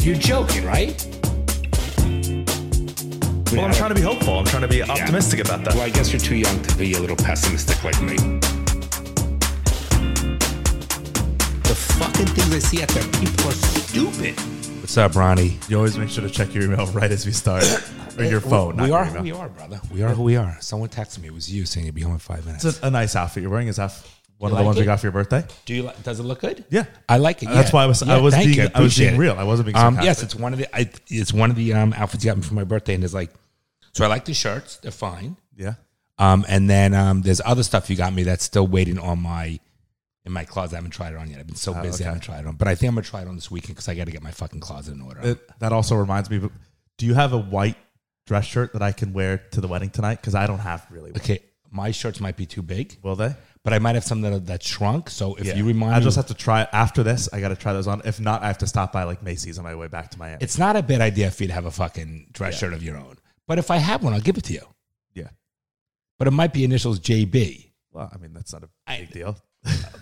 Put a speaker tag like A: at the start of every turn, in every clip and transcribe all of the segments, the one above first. A: You're joking, right?
B: Well, I'm trying to be hopeful. I'm trying to be optimistic about that.
A: Well, I guess you're too young to be a little pessimistic like me. The fucking things I see out there, people are stupid. What's up, Ronnie?
B: You always make sure to check your email right as we start, or your phone.
A: we are
B: not your
A: who we
B: email.
A: are, brother. We are who we are. Someone texted me. It was you saying you'd be home in five minutes.
B: It's a, a nice outfit you're wearing. Is that one
A: You
B: of the
A: like
B: ones you
A: it?
B: got for your birthday?
A: Do you? Like, does it look good?
B: Yeah.
A: I like it.
B: That's
A: yeah.
B: why I was- I
A: Yeah,
B: was
A: thank
B: being-
A: you.
B: I was being
A: appreciate it.
B: real. I wasn't being
A: Um,
B: sarcastic.
A: yes, it's one of the. I, it's one of the um, outfits you got me for my birthday, and it's like, so I like the shirts. They're fine.
B: Yeah.
A: Um, and then um, there's other stuff you got me that's still waiting on my in my closet. I haven't tried it on yet. I've been so
B: Oh,
A: busy, I haven't tried it on. But I think I'm gonna try it on this weekend because I got to get my fucking closet in order.
B: It, that also reminds me. but Do you have a white dress shirt that I can wear to the wedding tonight? Because I don't have really. One.
A: okay, my shirts might be too big,
B: Will they?
A: but I might have some that are, that shrunk. So if you
B: I
A: remind me,
B: just have to try after this. I got to try those on. If not, I have to stop by like Macy's on my way back to Miami.
A: it's not a bad idea for you to have a fucking dress shirt of your own. But if I have one, I'll give it to you.
B: yeah.
A: But it might be initials JB.
B: Well, I mean that's not a
A: I-
B: big deal.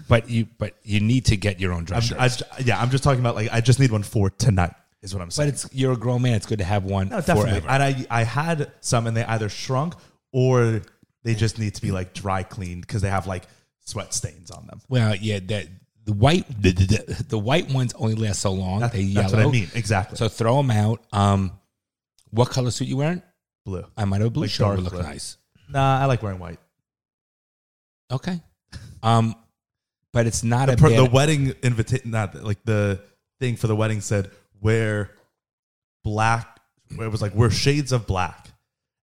A: But you but you need to get your own
B: I'm,
A: dress shirt.
B: I, yeah, I'm just talking about like I just need one for tonight. Is what I'm
A: but
B: saying.
A: it's you're a grown man. It's good to have one.
B: no, definitely.
A: Forever.
B: And I I had some and they either shrunk or they just need to be like dry cleaned because they have like sweat stains on them.
A: Well, yeah, that the white the, the, the white ones only last so long.
B: That-
A: they yellow.
B: that's what I mean. Exactly.
A: So throw them out. Um, what color suit you wearing?
B: blue.
A: I might have a blue
B: Like
A: shirt.
B: dark
A: Would look
B: blue.
A: nice.
B: Nah, I like wearing white.
A: Okay. Um, but it's not
B: the,
A: a
B: per,
A: bad,
B: the wedding invitation, not the- like the thing for the wedding said wear black. Where it was like we're shades of black,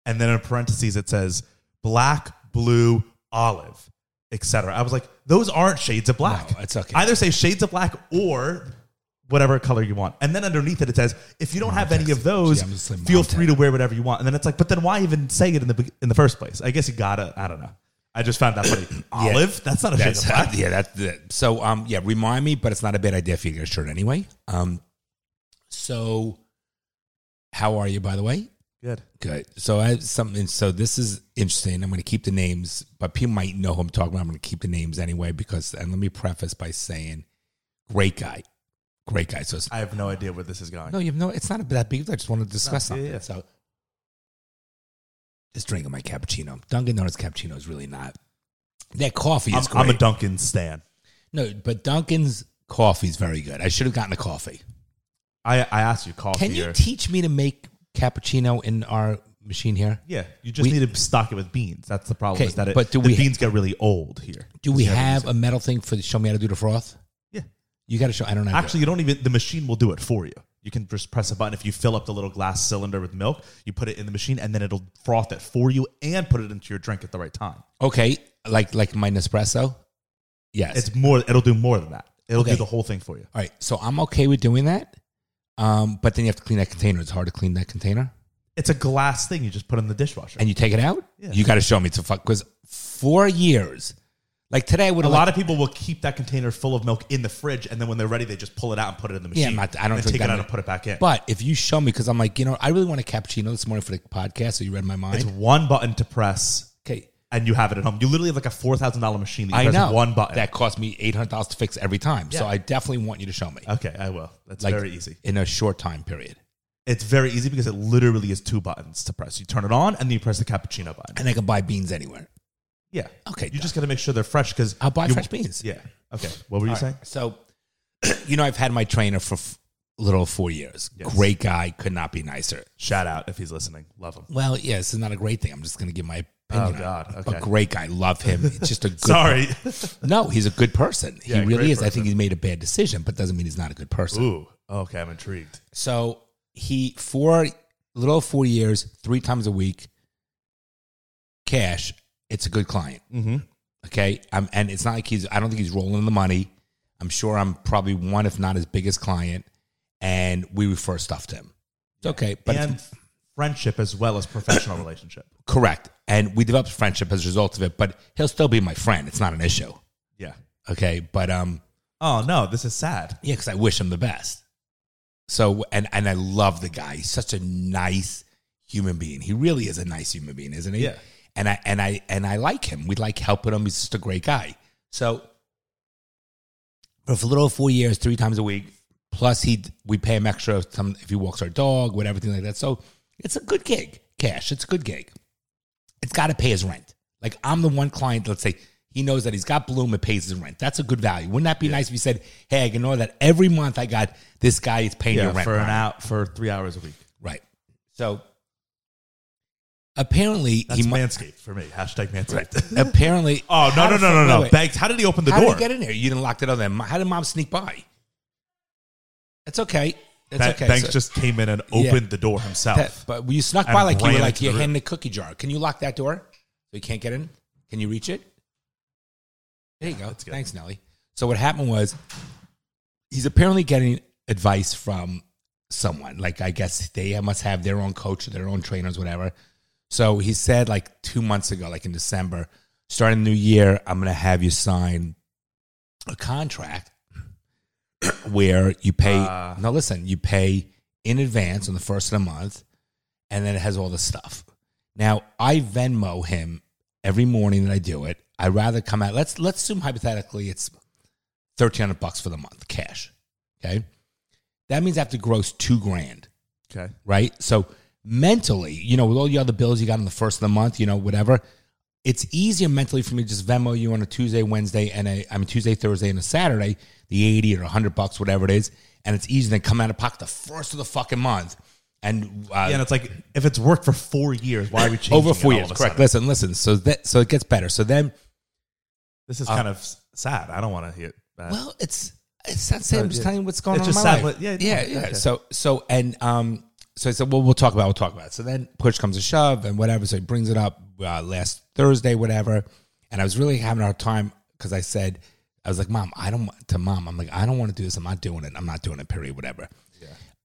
B: and then in parentheses it says black, blue, olive, etc. I was like, those aren't shades of black.
A: No, it's okay.
B: Either say shades of black or whatever color you want, and then underneath it it says if you don't have any of those,
A: Yeah, I'm just saying
B: feel
A: Mountain.
B: free to wear whatever you want. And then it's like, but then why even say it in the be- in the first place? I guess you gotta. I don't know. I just found that funny. Olive? That's not a shade of
A: That's
B: black.
A: yeah. That's that. So um, yeah. Remind me, but it's not a bad idea if you get a shirt anyway. Um, so how are you, by the way?
B: Good.
A: Good. So I have something. So this is interesting. I'm going to keep the names, but people might know who I'm talking about. I'm going to keep the names anyway because. And let me preface by saying, great guy, great guy. So it's,
B: I have no idea where this is going.
A: no, you have no. It's not that big. I just want to discuss
B: No, yeah,
A: something.
B: yeah.
A: So just drinking my cappuccino. Dunkin' Donuts cappuccino is really not. That coffee
B: I'm,
A: is great.
B: I'm a Duncan stan.
A: no, but Dunkin's coffee is very good. I should have gotten a coffee.
B: I, I asked you coffee.
A: Can you
B: or-
A: teach me to make cappuccino in our machine here?
B: yeah, you just
A: We-
B: need to stock it with beans. That's the problem.
A: Okay,
B: is that it,
A: but do
B: the
A: we-
B: beans get really old here?
A: Do we have a metal thing for the show me how to do the froth?
B: Yeah.
A: You got to show. I don't know.
B: Actually, you don't even. The machine will do it for you. You can just press a button. If you fill up the little glass cylinder with milk, you put it in the machine, and then it'll froth it for you and put it into your drink at the right time.
A: okay, like like my Nespresso. Yes.
B: It's more. It'll do more than that. It'll
A: Okay.
B: do the whole thing for you.
A: All right. So I'm okay with doing that, um, but then you have to clean that container. It's hard to clean that container,
B: It's a glass thing. You just put in the dishwasher.
A: and you take it out.
B: Yeah.
A: You got to show me to fuck because four years, like today, I would
B: a
A: have
B: lot of people will keep that container full of milk in the fridge, and then when they're ready, they just pull it out and put it in the machine.
A: Yeah, I'm not- I don't
B: and then
A: drink
B: take it
A: that
B: out
A: milk.
B: and put it back in.
A: But if you show me, because I'm like, you know, I really want a cappuccino this morning for the podcast. So you read my mind.
B: It's one button to press,
A: okay.
B: and you have it at home. You literally have like a four thousand dollar machine that you
A: I
B: press
A: know
B: one button.
A: that cost me eight hundred dollars to fix every time. So
B: Yeah.
A: I definitely want you to show me,
B: okay, I will. That's
A: like
B: very easy.
A: in a short time period.
B: It's very easy because it literally is two buttons to press. You turn it on, and then you press the cappuccino button.
A: and I can buy beans anywhere.
B: Yeah.
A: Okay,
B: You
A: done.
B: just got to make sure they're fresh because
A: I'll buy
B: you,
A: fresh beans.
B: Yeah. Okay. What were you
A: All
B: saying?
A: right, So, you know, I've had my trainer for f- little four years.
B: Yes.
A: Great guy, could not be nicer.
B: Shout out if he's listening. Love him.
A: Well, yeah, this is not a great thing. I'm just going to give my opinion.
B: Oh,
A: on it.
B: God,
A: But
B: okay.
A: great guy, love him. He's just a good
B: Sorry.
A: No, he's a good person.
B: Yeah,
A: he really
B: great
A: is. I think he made a bad decision, but doesn't mean he's not a good person.
B: Ooh. Okay, I'm intrigued.
A: So he for little over four years, three times a week, cash. It's a good client.
B: Mm-hmm.
A: Okay. Um, and it's not like he's, I don't think he's rolling in the money. I'm sure I'm probably one, if not his biggest client. And we refer stuff to him. It's okay. But it's-
B: and friendship as well as professional relationship.
A: correct. And we developed friendship as a result of it, but he'll still be my friend. It's not an issue.
B: Yeah.
A: Okay. But, um,
B: Oh no, this is sad.
A: yeah, because I wish him the best. So, and, and I love the guy. He's such a nice human being. He really is a nice human being, isn't he?
B: Yeah.
A: And I, and I, and I like him. We like helping him. He's just a great guy. So, but for a little over four years, three times a week, Plus, he we pay him extra some- if he walks our dog, with everything like that. So it's a good gig, cash. It's a good gig. It's got to pay his rent. Like I'm the one client. Let's say he knows that he's got Bloom. It pays his rent. That's a good value. Wouldn't that be nice if you said, "Hey, I can know that every month I got this guy. is paying your
B: Yeah,
A: rent
B: for an
A: Brian."
B: out for three hours a week.
A: Right. So apparently
B: That's
A: he might.
B: Manscaped for me. Hashtag Manscaped.
A: apparently.
B: Oh no
A: How the
B: no no
A: fuck-
B: no no!
A: wait, wait.
B: Banks, how did he open the
A: How
B: door?
A: did he get in there? You didn't lock it on them. How did mom sneak by? That's okay. That's
B: Ba-
A: okay.
B: Banks
A: So-
B: just came in and opened the door himself.
A: that- but you snuck
B: And
A: by like you
B: ran
A: were like
B: into
A: you
B: the room.
A: hand the cookie jar. Can you lock that door so you can't get in? Can you reach it? There you go.
B: good.
A: Thanks, Nelly. So what happened was he's apparently getting advice from someone. Like I guess they must have their own coach, their own trainers, whatever. So he said like two months ago, like in December, starting the new year, I'm gonna have you sign a contract where you pay.
B: Uh.
A: no, listen, you pay in advance on the first of the month, and then it has all the stuff. Now I Venmo him every morning that I do it. I would rather come out. Let's let's assume hypothetically it's thirteen hundred bucks for the month cash. Okay, that means I have to gross two grand
B: okay.
A: right? So mentally, you know, with all the other bills you got on the first of the month, you know, whatever, it's easier mentally for me to just Venmo you on a Tuesday, Wednesday, and a I mean Tuesday, Thursday, and a Saturday, the eighty or hundred bucks, whatever it is, and it's easier than come out of pocket the first of the fucking month. And uh,
B: Yeah, and it's like if it's worked for four years, why are we changing
A: over four
B: it all
A: years,
B: of a
A: correct? Listen,
B: sudden?
A: listen. So that so it gets better. So then,
B: This is kind of s- sad. I don't want to hear that.
A: well, it's it's not saying I'm just
B: yeah.
A: telling you what's going
B: It's
A: on
B: just
A: in my
B: sad,
A: life.
B: but- yeah,
A: yeah,
B: okay.
A: yeah. So so and um so I said, well, we'll talk about it, we'll talk about it. So then push comes to shove and whatever. So he brings it up uh, last Thursday, whatever. And I was really having a hard time because I said I was like, mom, I don't want to mom. I'm like, I don't want to do this. I'm not doing it. I'm not doing it. Period. Whatever.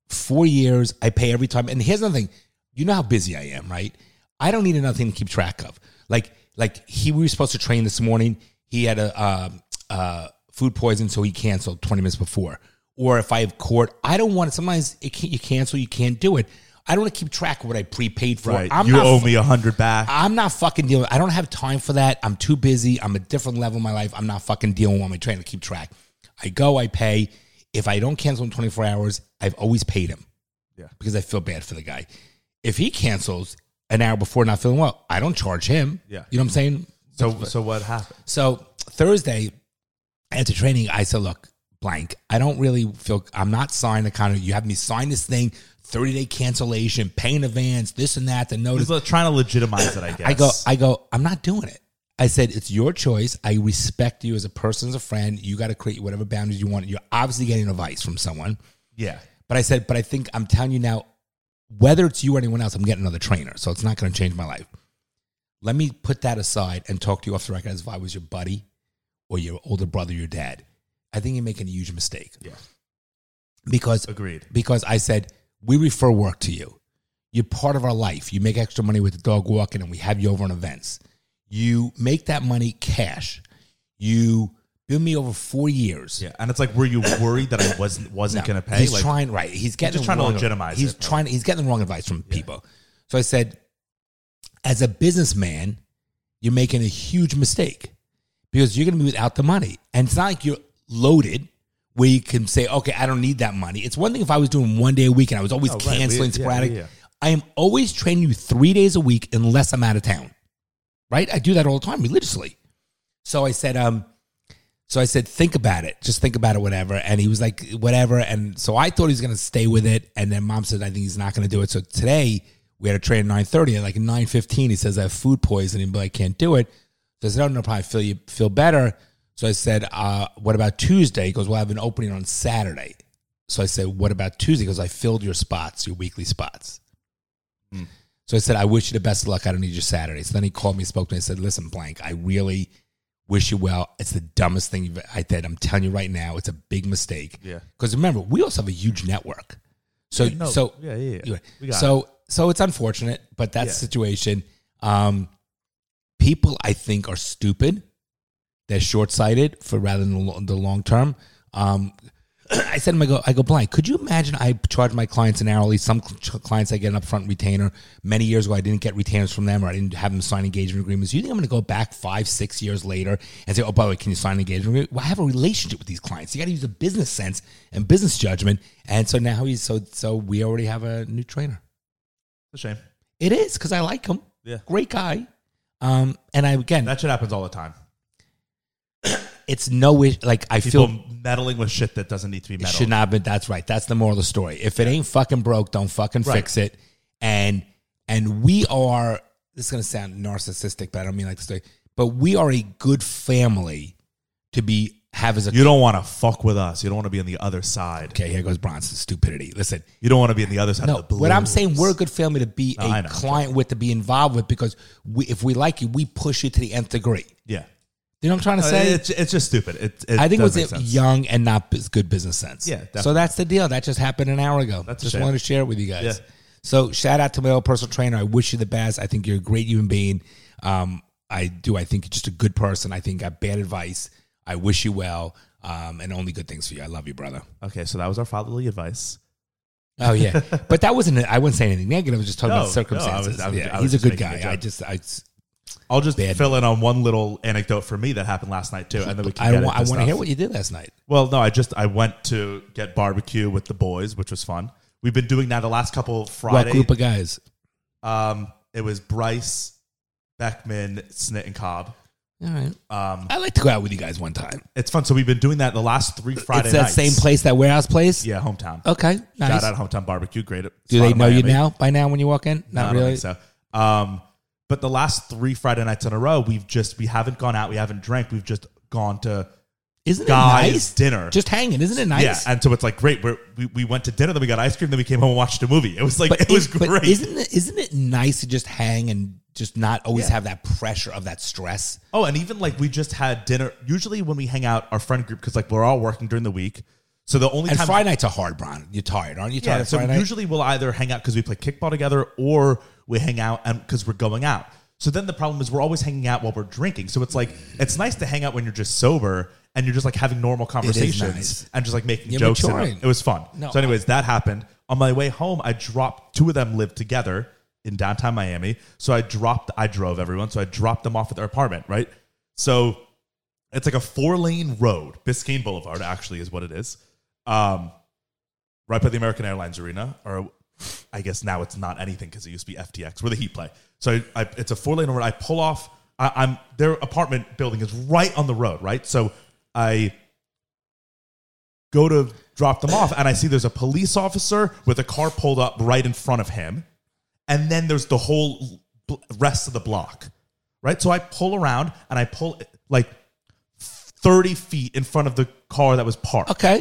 A: Four years, I pay every time. And here's another thing. You know how busy I am, right? I don't need another thing to keep track of. Like like he we were supposed to train this morning. He had a uh, uh, food poison, so he canceled 20 minutes before. Or if I have court, I don't want to. Sometimes it can't, you cancel, you can't do it. I don't want to keep track of what I prepaid for.
B: right.
A: I'm
B: you
A: not
B: owe me a hundred back.
A: I'm not fucking dealing. I don't have time for that. I'm too busy. I'm a different level in my life. I'm not fucking dealing with my trying to keep track. I go, I pay. If I don't cancel in 24 hours, I've always paid him.
B: Yeah.
A: Because I feel bad for the guy. If he cancels an hour before not feeling well, I don't charge him.
B: Yeah.
A: You know what I'm saying?
B: so so what happened?
A: So Thursday after training, I said, look, blank, I don't really feel I'm not signing the contract. You have me sign this thing, 30 day cancellation, pay in advance, this and that, the notice.
B: He's like trying to legitimize it. I guess.
A: I go, I go, I'm not doing it. I said, it's your choice. I respect you as a person, as a friend. You got to create whatever boundaries you want. You're obviously getting advice from someone.
B: yeah.
A: But I said, but I think I'm telling you now, whether it's you or anyone else, I'm getting another trainer. So it's not going to change my life. Let me put that aside and talk to you off the record as if I was your buddy or your older brother, your dad. I think you're making a huge mistake
B: Yeah.
A: because
B: Agreed.
A: because I said, we refer work to you. You're part of our life. You make extra money with the dog walking and we have you over on events. You make that money cash. You bill me over four years.
B: Yeah. And it's like, were you worried that I wasn't wasn't
A: No,
B: going to pay?
A: He's
B: like,
A: trying right. He's getting
B: just
A: the
B: trying to
A: wrong-
B: legitimize
A: He's
B: it.
A: trying. He's getting the wrong advice from people. So I said, as a businessman, you're making a huge mistake because you're going to be without the money, and it's not like you're loaded where you can say, okay, I don't need that money. It's one thing if I was doing one day a week and I was always
B: Oh, right.
A: canceling
B: We- yeah,
A: sporadic.
B: yeah, yeah.
A: I am always training you three days a week unless I'm out of town. Right? I do that all the time religiously. So I said, um, so I said, think about it. Just think about it, whatever. And he was like, whatever. And so I thought he was gonna stay with it. And then mom said, I think he's not gonna do it. So today we had a train at nine thirty. At like nine fifteen, he says I have food poisoning, but I can't do it. So I said, Oh no, probably feel you feel better. So I said, uh, what about Tuesday? He goes, Well, I have an opening on Saturday. So I said, What about Tuesday? He goes, I filled your spots, your weekly spots.
B: Hmm.
A: So I said, I wish you the best of luck. I don't need your Saturday. So then he called me, spoke to me, and said, Listen, blank, I really wish you well. It's the dumbest thing you've, I did. I'm telling you right now, it's a big mistake.
B: Yeah.
A: Because remember, we also have a huge network. So,
B: no,
A: so,
B: yeah, yeah, yeah.
A: you-
B: We got
A: so, so it's unfortunate, but that's the
B: Yeah.
A: situation. Um, people, I think, are stupid. They're short sighted for rather than the lo- the long term. Um, I said to him, I go, I go, blind. Could you imagine I charge my clients an hourly? Some cl- clients I get an upfront retainer. Many years ago, I didn't get retainers from them or I didn't have them sign engagement agreements. You think I'm going to go back five, six years later and say, oh, by the way, can you sign an engagement agreement? Well, I have a relationship with these clients. You got to use a business sense and business judgment. And so now he's so, so we already have a new trainer.
B: a shame.
A: It is because I like him.
B: Yeah.
A: Great guy. Um, and I, again,
B: That shit happens all the time.
A: it's no, ish- like, I
B: People
A: feel
B: meddling with shit that doesn't need to be
A: It
B: meddled.
A: should not be. That's right. That's the moral of the story. If it ain't fucking broke, don't fucking
B: Right.
A: fix it. And and we are. This is gonna sound narcissistic, but I don't mean like this. way, But we are a good family to be have as a.
B: You don't want to fuck with us. You don't want to be on the other side.
A: okay, here goes Bronson's stupidity. Listen,
B: You don't want to be on the other side
A: no,
B: of the blue.
A: what I'm saying, we're a good family to be
B: No, I
A: a
B: know.
A: client with, to be involved with, because we, if we like you, we push you to the nth degree.
B: yeah.
A: You know what I'm trying to
B: Uh,
A: say?
B: it's, it's just stupid. It, it
A: I think it was
B: doesn't
A: it
B: make sense.
A: young and not bus- good business sense.
B: Yeah, definitely.
A: So that's the deal. That just happened an hour ago.
B: That's a
A: just
B: shame.
A: wanted to share it with you guys.
B: Yeah.
A: So shout out to my old personal trainer. I wish you the best. I think you're a great human being. Um, I do. I think you're just a good person. I think I have bad advice. I wish you well. Um, and only good things for you. I love you, brother.
B: Okay, so that was our fatherly advice.
A: Oh yeah, but that wasn't. I wasn't saying anything negative. I was just talking
B: No,
A: about circumstances.
B: no, I was- I was-
A: yeah,
B: I was
A: he's a
B: just
A: good
B: making a
A: guy. I
B: joke.
A: just, I, just-
B: I'll just
A: Bad.
B: fill in on one little anecdote for me that happened last night too, and then we can.
A: I,
B: get
A: wa- I
B: into
A: want to
B: stuff.
A: hear what you did last night.
B: Well, no, I just I went to get barbecue with the boys, which was fun. We've been doing that the last couple of
A: What
B: Fridays.
A: group of guys?
B: um, it was Bryce, Beckman, Snit, and Cobb.
A: All right.
B: Um,
A: I like to go out with you guys one time.
B: it's fun. So we've been doing that the last three Friday
A: it's that
B: nights.
A: same place, that warehouse place.
B: Yeah, hometown.
A: Okay, nice.
B: Shout out hometown barbecue. Great.
A: Do
B: spot
A: they
B: in
A: know you
B: Miami.
A: now? By now, when you walk in, not
B: I don't
A: really.
B: think so. Um, but the last three Friday nights in a row, we've just we haven't gone out, we haven't drank, we've just gone to
A: Isn't it
B: guys
A: nice?
B: dinner.
A: Just hanging, isn't it nice?
B: Yeah, and so it's like great. We're, we we went to dinner, then we got ice cream, then we came home and watched a movie. It was like it
A: is-
B: was great.
A: isn't it, isn't it nice to just hang and just not always
B: Yeah.
A: have that pressure of that stress?
B: oh, and even like we just had dinner. Usually when we hang out, our friend group because like we're all working during the week, so the only
A: And
B: time
A: Friday nights are hard, Bron. You're tired, aren't you? Tired
B: Yeah,
A: of
B: so
A: Friday night?
B: usually we'll either hang out because we play kickball together or we hang out and because we're going out. So then the problem is we're always hanging out while we're drinking. So it's like it's nice to hang out when you're just sober and you're just like having normal conversations
A: nice.
B: and just like making
A: You're
B: jokes. and-
A: maturing.
B: it was fun.
A: No,
B: so, anyways, that happened. On my way home, I dropped two of them lived together in downtown Miami. So I dropped, I drove everyone. So I dropped them off at their apartment, right? So it's like a four lane road. Biscayne Boulevard actually is what it is. Um, right by the American Airlines Arena, or I guess now it's not anything because it used to be FTX, where the Heat play. So I, I, it's a four lane road. I pull off. I, I'm their apartment building is right on the road, right? So I go to drop them off, and I see there's a police officer with a car pulled up right in front of him, and then there's the whole bl- rest of the block, right? So I pull around and I pull like. 30 feet in front of the car that was parked
A: okay,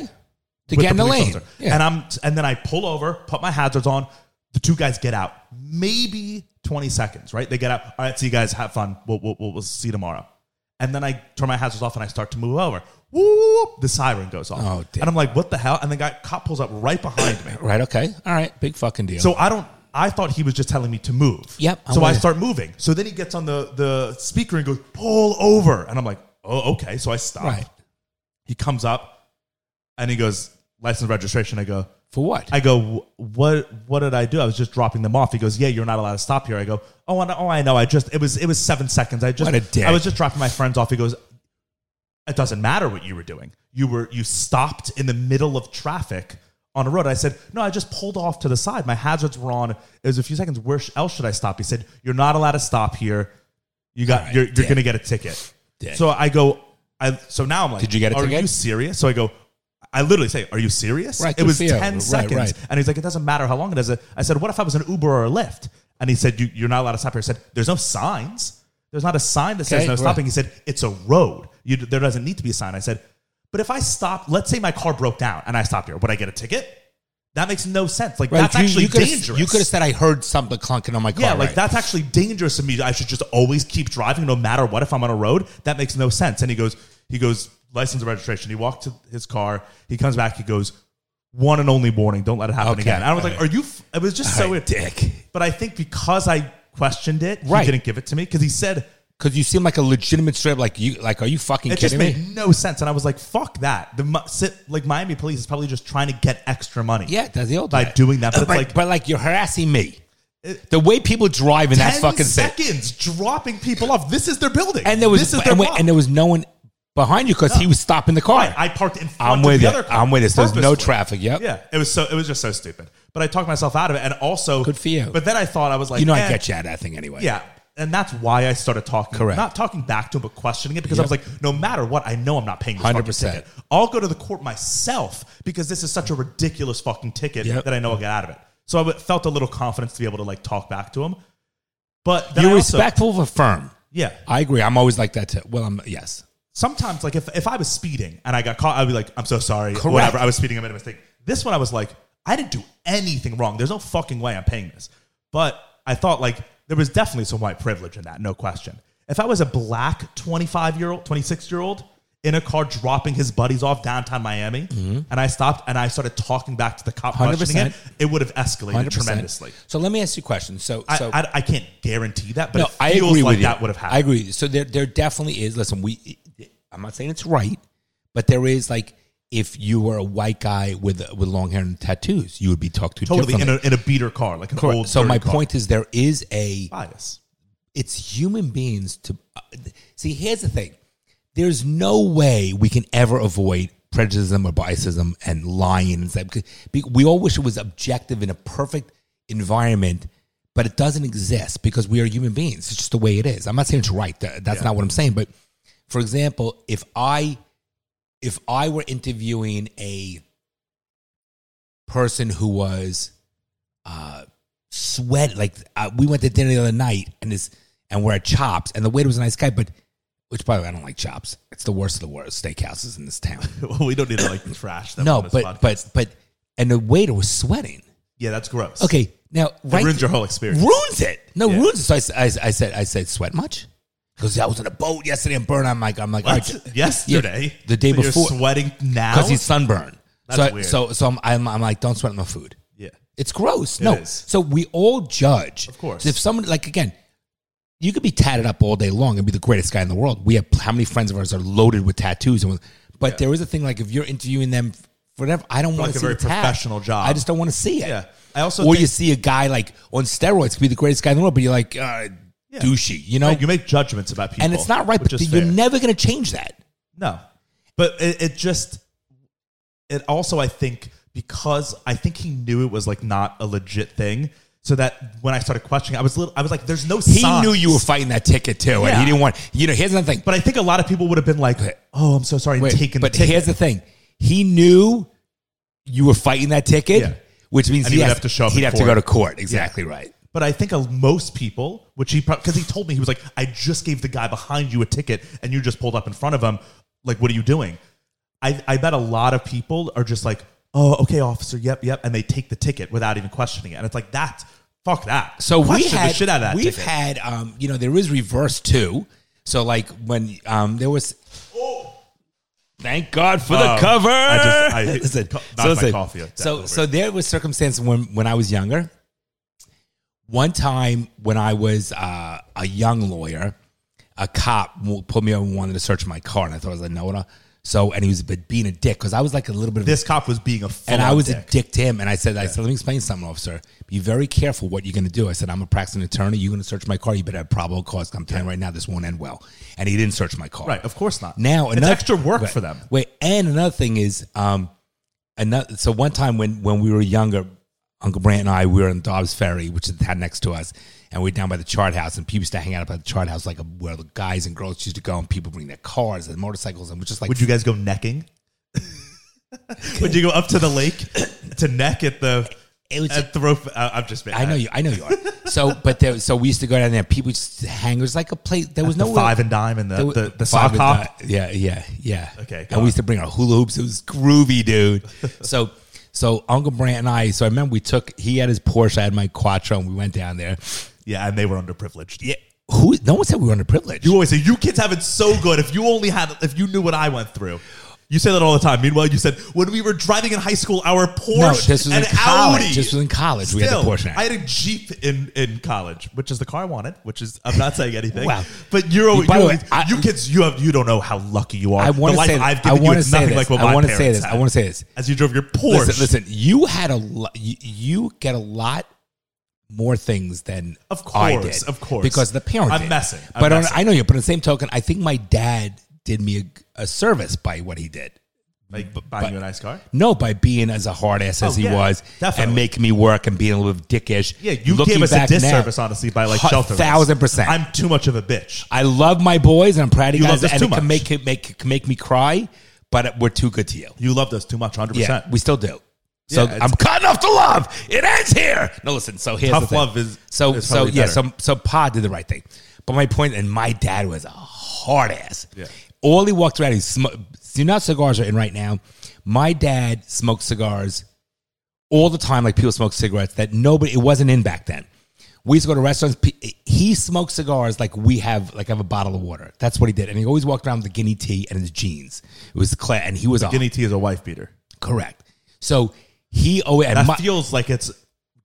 A: to
B: with
A: get in the
B: police
A: lane.
B: officer.
A: Yeah.
B: And I'm and then I pull over, put my hazards on. The two guys get out. Maybe 20 seconds, right? They get out. All right, see you guys. Have fun. We'll, we'll, we'll, we'll see you tomorrow. And then I turn my hazards off and I start to move over. Whoop, the siren goes off.
A: Oh, damn.
B: and I'm like, what the hell? And the guy cop pulls up right behind me.
A: right. Okay. All right. Big fucking deal.
B: So I don't. I thought he was just telling me to move.
A: Yep, I'm
B: so I
A: with you.
B: start moving. So then he gets on the the speaker and goes, "Pull over," and I'm like, "Oh, okay." So I stop.
A: right.
B: He comes up, and he goes, "License registration." I go,
A: For what?
B: I go, "Wh- what What did I do? I was just dropping them off. He goes, Yeah, you're not allowed to stop here. I go, Oh, I know, oh, I know. I just it was it was seven seconds. I just
A: What a dick.
B: I was just dropping my friends off. He goes, It doesn't matter what you were doing. You were you stopped in the middle of traffic on a road. I said, No, I just pulled off to the side. My hazards were on. It was a few seconds. Where sh- else should I stop? He said, You're not allowed to stop here. You got
A: All right,
B: you're you're
A: dick.
B: gonna get a ticket.
A: Dick.
B: So I go, I so now I'm like,
A: Did you get a
B: Are
A: ticket?"
B: you serious? So I go. I literally say, "Are you serious?"
A: Right,
B: it
A: good
B: was
A: for you.
B: ten
A: Right,
B: seconds,
A: right.
B: and he's like, it doesn't matter how long it is. I said, what if I was an Uber or a Lyft? And he said, you, you're not allowed to stop here. I said, there's no signs. There's not a sign that says
A: Okay,
B: no
A: right.
B: stopping. He said, it's a road. You, there doesn't need to be a sign. I said, but if I stop, let's say my car broke down and I stopped here, would I get a ticket? That makes no sense. Like
A: right.
B: that's
A: you,
B: actually
A: you could've-
B: dangerous.
A: You could have said I heard something clunking on my car.
B: yeah, like
A: right?
B: that's actually dangerous to me. I should just always keep driving no matter what if I'm on a road. That makes no sense. And he goes, he goes, license and registration. He walked to his car. He comes back. He goes, one and only warning. Don't let it happen
A: Okay,
B: again. And I was
A: all
B: like,
A: right.
B: are you? F-? It was just so
A: All right,
B: weird.
A: dick.
B: But I think because I questioned it, he
A: Right.
B: didn't give it to me because he said
A: because you seem like a legitimate strip. Like you, like are you fucking
B: It just
A: kidding me?
B: made no sense, and I was like, "Fuck that!" The mu- si- like Miami police is probably just trying to get extra money.
A: yeah, that's the old
B: by
A: guy.
B: doing that, but
A: But,
B: it's like
A: like, but like you're harassing me. The way people drive in that
B: 10
A: fucking thing,
B: seconds dropping people off. This is their building,
A: and there was
B: this is their
A: and, wait,
B: block.
A: and there was no one behind you because he was stopping the car.
B: Right, I parked in front
A: I'm
B: of
A: with
B: the
A: you.
B: other car.
A: I'm with you. So there's no
B: purposefully.
A: traffic. Yep.
B: Yeah, it was so it was just so stupid. But I talked myself out of it, and also
A: Good for you.
B: But then I thought I was like,
A: You know,
B: eh,
A: I get you at that thing anyway.
B: Yeah. And that's why I started talking,
A: Correct.
B: not talking back to him, but questioning it because I was
A: Yep.
B: like, no matter what, I know I'm not paying this fucking
A: 100%.
B: ticket. I'll go to the court myself because this is such a ridiculous fucking ticket
A: Yep.
B: that I know I'll get out of it. So I w- felt a little confidence to be able to like talk back to him. But then
A: You're
B: I also-
A: respectful of a firm.
B: yeah.
A: I agree. I'm always like that too. Well, I'm yes.
B: Sometimes, like if, if I was speeding and I got caught, I'd be like, I'm so sorry.
A: Correct.
B: Whatever. I was speeding. I made a mistake. This one, I was like, I didn't do anything wrong. There's no fucking way I'm paying this. But I thought like there was definitely some white privilege in that, no question. If I was a black 25 year old, 26 year old in a car dropping his buddies off downtown Miami,
A: Mm-hmm.
B: and I stopped and I started talking back to the cop, questioning it,
A: 100%.
B: it would have escalated
A: 100%.
B: tremendously.
A: So let me ask you a question. So,
B: I,
A: so
B: I, I can't guarantee that, but
A: no,
B: it
A: I
B: feels
A: agree
B: like
A: with you.
B: that would have happened.
A: I agree. with you. So there, there definitely is. Listen, we. I'm not saying it's right, but there is like if you were a white guy with with long hair and tattoos, you would be talked to
B: Totally in
A: differently.
B: a, in a beater car, like an old.
A: so
B: dirty
A: my
B: car.
A: point is, there is a
B: bias.
A: it's human beings to uh, see here's the thing there's no way we can ever avoid prejudice or biasism and lying and stuff because be- we all wish it was objective in a perfect environment but it doesn't exist because we are human beings it's just the way it is i'm not saying it's right That- that's not what i'm saying but for example if i if i were interviewing a person who was uh sweat like uh, we went to dinner the other night and this and we're at chops and the waiter was a nice guy but which by the way i don't like chops it's the worst of the worst steakhouses in this town
B: Well, we don't need to like trash them.
A: no
B: on this
A: but
B: podcast.
A: but but and the waiter was sweating
B: yeah, that's gross.
A: okay now
B: it
A: right
B: ruins your whole experience.
A: ruins it no
B: Yeah.
A: ruins it so I, s- I s- I said i said sweat much because i was in a boat yesterday and burned i'm like i'm like all
B: What?
A: right,
B: Yesterday,
A: Yeah, the day
B: So you're
A: before.
B: sweating now
A: because he's sunburned
B: That's
A: so, I-
B: weird.
A: so so I'm, I'm i'm like don't sweat on the food
B: yeah,
A: It's gross. no.
B: is.
A: So we all judge.
B: Of course.
A: So if someone like again, you could be tatted up all day long and be the greatest guy in the world. We have how many friends of ours are loaded with tattoos and but there is a thing like if you're interviewing them for whatever, I don't want
B: like
A: to
B: a
A: see
B: very
A: the tat.
B: professional job.
A: I just don't want to see it.
B: yeah. I also
A: or
B: think,
A: you see a guy like on steroids could be the greatest guy in the world, but you're like uh,
B: Yeah.
A: douchey, you know.
B: right, you make judgments about people,
A: and it's not right,
B: which
A: but
B: is
A: you're
B: fair.
A: never going to change that.
B: no. But it, it just, it also I think because I think he knew it was like not a legit thing, so that when I started questioning, I was little, I was like, "There's no."
A: He knew you were fighting that ticket too, and
B: Yeah.
A: he didn't want. You know, here's another thing.
B: but I think a lot of people would have been like, "Oh, I'm so sorry," and
A: Wait,
B: taken
A: but
B: the ticket.
A: here's the thing: he knew you were fighting that ticket,
B: Yeah.
A: which means
B: And
A: he
B: he would
A: has-
B: have to show up
A: He'd
B: in
A: have to
B: court.
A: go to court. Exactly right.
B: But I think of most people, which he because he told me he was like, I just gave the guy behind you a ticket, and you just pulled up in front of him. Like, what are you doing? I, I bet a lot of people are just like, oh, okay, officer, yep, yep, and they take the ticket without even questioning it, and it's like that, fuck that.
A: So we
B: Question
A: had
B: the shit out of that
A: we've
B: ticket.
A: had um, you know there is reverse too. So like when um, there was. Thank God for
B: Um,
A: the cover.
B: I just- I co- knocked my
A: listen,
B: coffee out
A: so,
B: over.
A: so there was circumstance when when I was younger. One time when I was uh, a young lawyer, a cop w- pulled me over and wanted to search my car, and I thought I was a no-no. So, and he was but being a dick because I was like a little bit of a
B: this cop was being a
A: and I
B: full-on
A: was
B: dick.
A: a dick to him. And I said, I said, let me explain something, officer. Be very careful what you're going to do. I said, I'm a practicing attorney. You're going to search my car. You better have probable cause. I'm telling you right now, this won't end well. And he didn't search my car.
B: right? Of course not.
A: Now,
B: it's
A: another,
B: extra work
A: Right.
B: for them.
A: Wait, and another thing is, um, another. So one time when when we were younger, Uncle Brant and I we were in Dobbs Ferry, which is the town next to us, and we were down by the chart house, and people used to hang out by the chart house, like where the guys and girls used to go, and people bring their cars and motorcycles, and we're just like,
B: Would you guys go necking? Would you go up to the lake to neck at the?
A: It was-
B: at throw, I- I'm just.
A: I know you. I know you are. So, but there, so we used to go down there. People just hang. It was like a place. There was
B: the
A: no real-
B: five and dime and the
A: there
B: the,
A: was-
B: the,
A: five
B: sock
A: and
B: hop.
A: di- Yeah, yeah, yeah.
B: Okay, got
A: And we used to bring our hula hoops. It was groovy, dude. so, so Uncle Brant and I. So I remember we took. He had his Porsche. I had my Quattro, and we went down there.
B: Yeah, and they were underprivileged.
A: Yeah. Who? No one said we were underprivileged.
B: You always say you kids have it so good. If you only had, if you knew what I went through, You say that all the time. Meanwhile, you said when we were driving in high school, our Porsche
A: No, this was
B: and
A: in college.
B: Audi.
A: This was in college. we had the
B: Still,
A: Porsche. Act.
B: I had a Jeep in, in college, which is the car I wanted. Which is I'm not saying anything.
A: Wow.
B: But you're always,
A: By
B: you
A: the way,
B: always-
A: I-
B: you kids, you have you don't know how lucky you are.
A: I want to
B: The life
A: say. this.
B: I've
A: I
B: given you
A: want to
B: is
A: say
B: nothing
A: this.
B: like what
A: I
B: my
A: want to say
B: parents
A: this. I
B: had.
A: want to say this.
B: As you drove your Porsche,
A: Listen, listen. You had a lot. You, you get a lot more things than
B: Of
A: I
B: course,
A: did
B: of course.
A: because the parent.
B: I'm
A: did.
B: messing. I'm
A: but on-
B: messing.
A: I know you. But on the same token, I think my dad did me a, a service by what he did.
B: like buying you a nice car.
A: No, by being as a hard ass as
B: Oh,
A: he
B: yeah,
A: was,
B: definitely.
A: and making me work and being a little dickish.
B: Yeah, you
A: Looking
B: gave us a
A: back now-
B: disservice, honestly, by like
A: Hu-
B: sheltering. us.
A: thousand percent.
B: I'm too much of a bitch.
A: I love my boys, and I'm proud of you
B: You
A: guys.
B: love us
A: and
B: too
A: it can
B: much.
A: make it make can make me cry, but we're too good to you.
B: You loved us too much, hundred
A: Yeah,
B: percent.
A: we still do. So
B: Yeah, it's-
A: I'm cutting off the love. It ends here. No, listen. So here's
B: Tough
A: the thing.
B: love is-
A: so
B: is
A: so
B: probably
A: yeah.
B: better.
A: So so Pa did the right thing, but my point and my dad was a hard ass.
B: Yeah.
A: All he walked around. He sm- you know how cigars are in right now. My dad smoked cigars all the time, like people smoke cigarettes that nobody. It wasn't in back then. We used to go to restaurants. P- He smoked cigars like we have, like I have a bottle of water. That's what he did, and he always walked around with a guinea tea and his jeans. It was clear, and he was a
B: Guinea tea is a wife beater.
A: Correct. So he always and
B: That
A: my,
B: feels like it's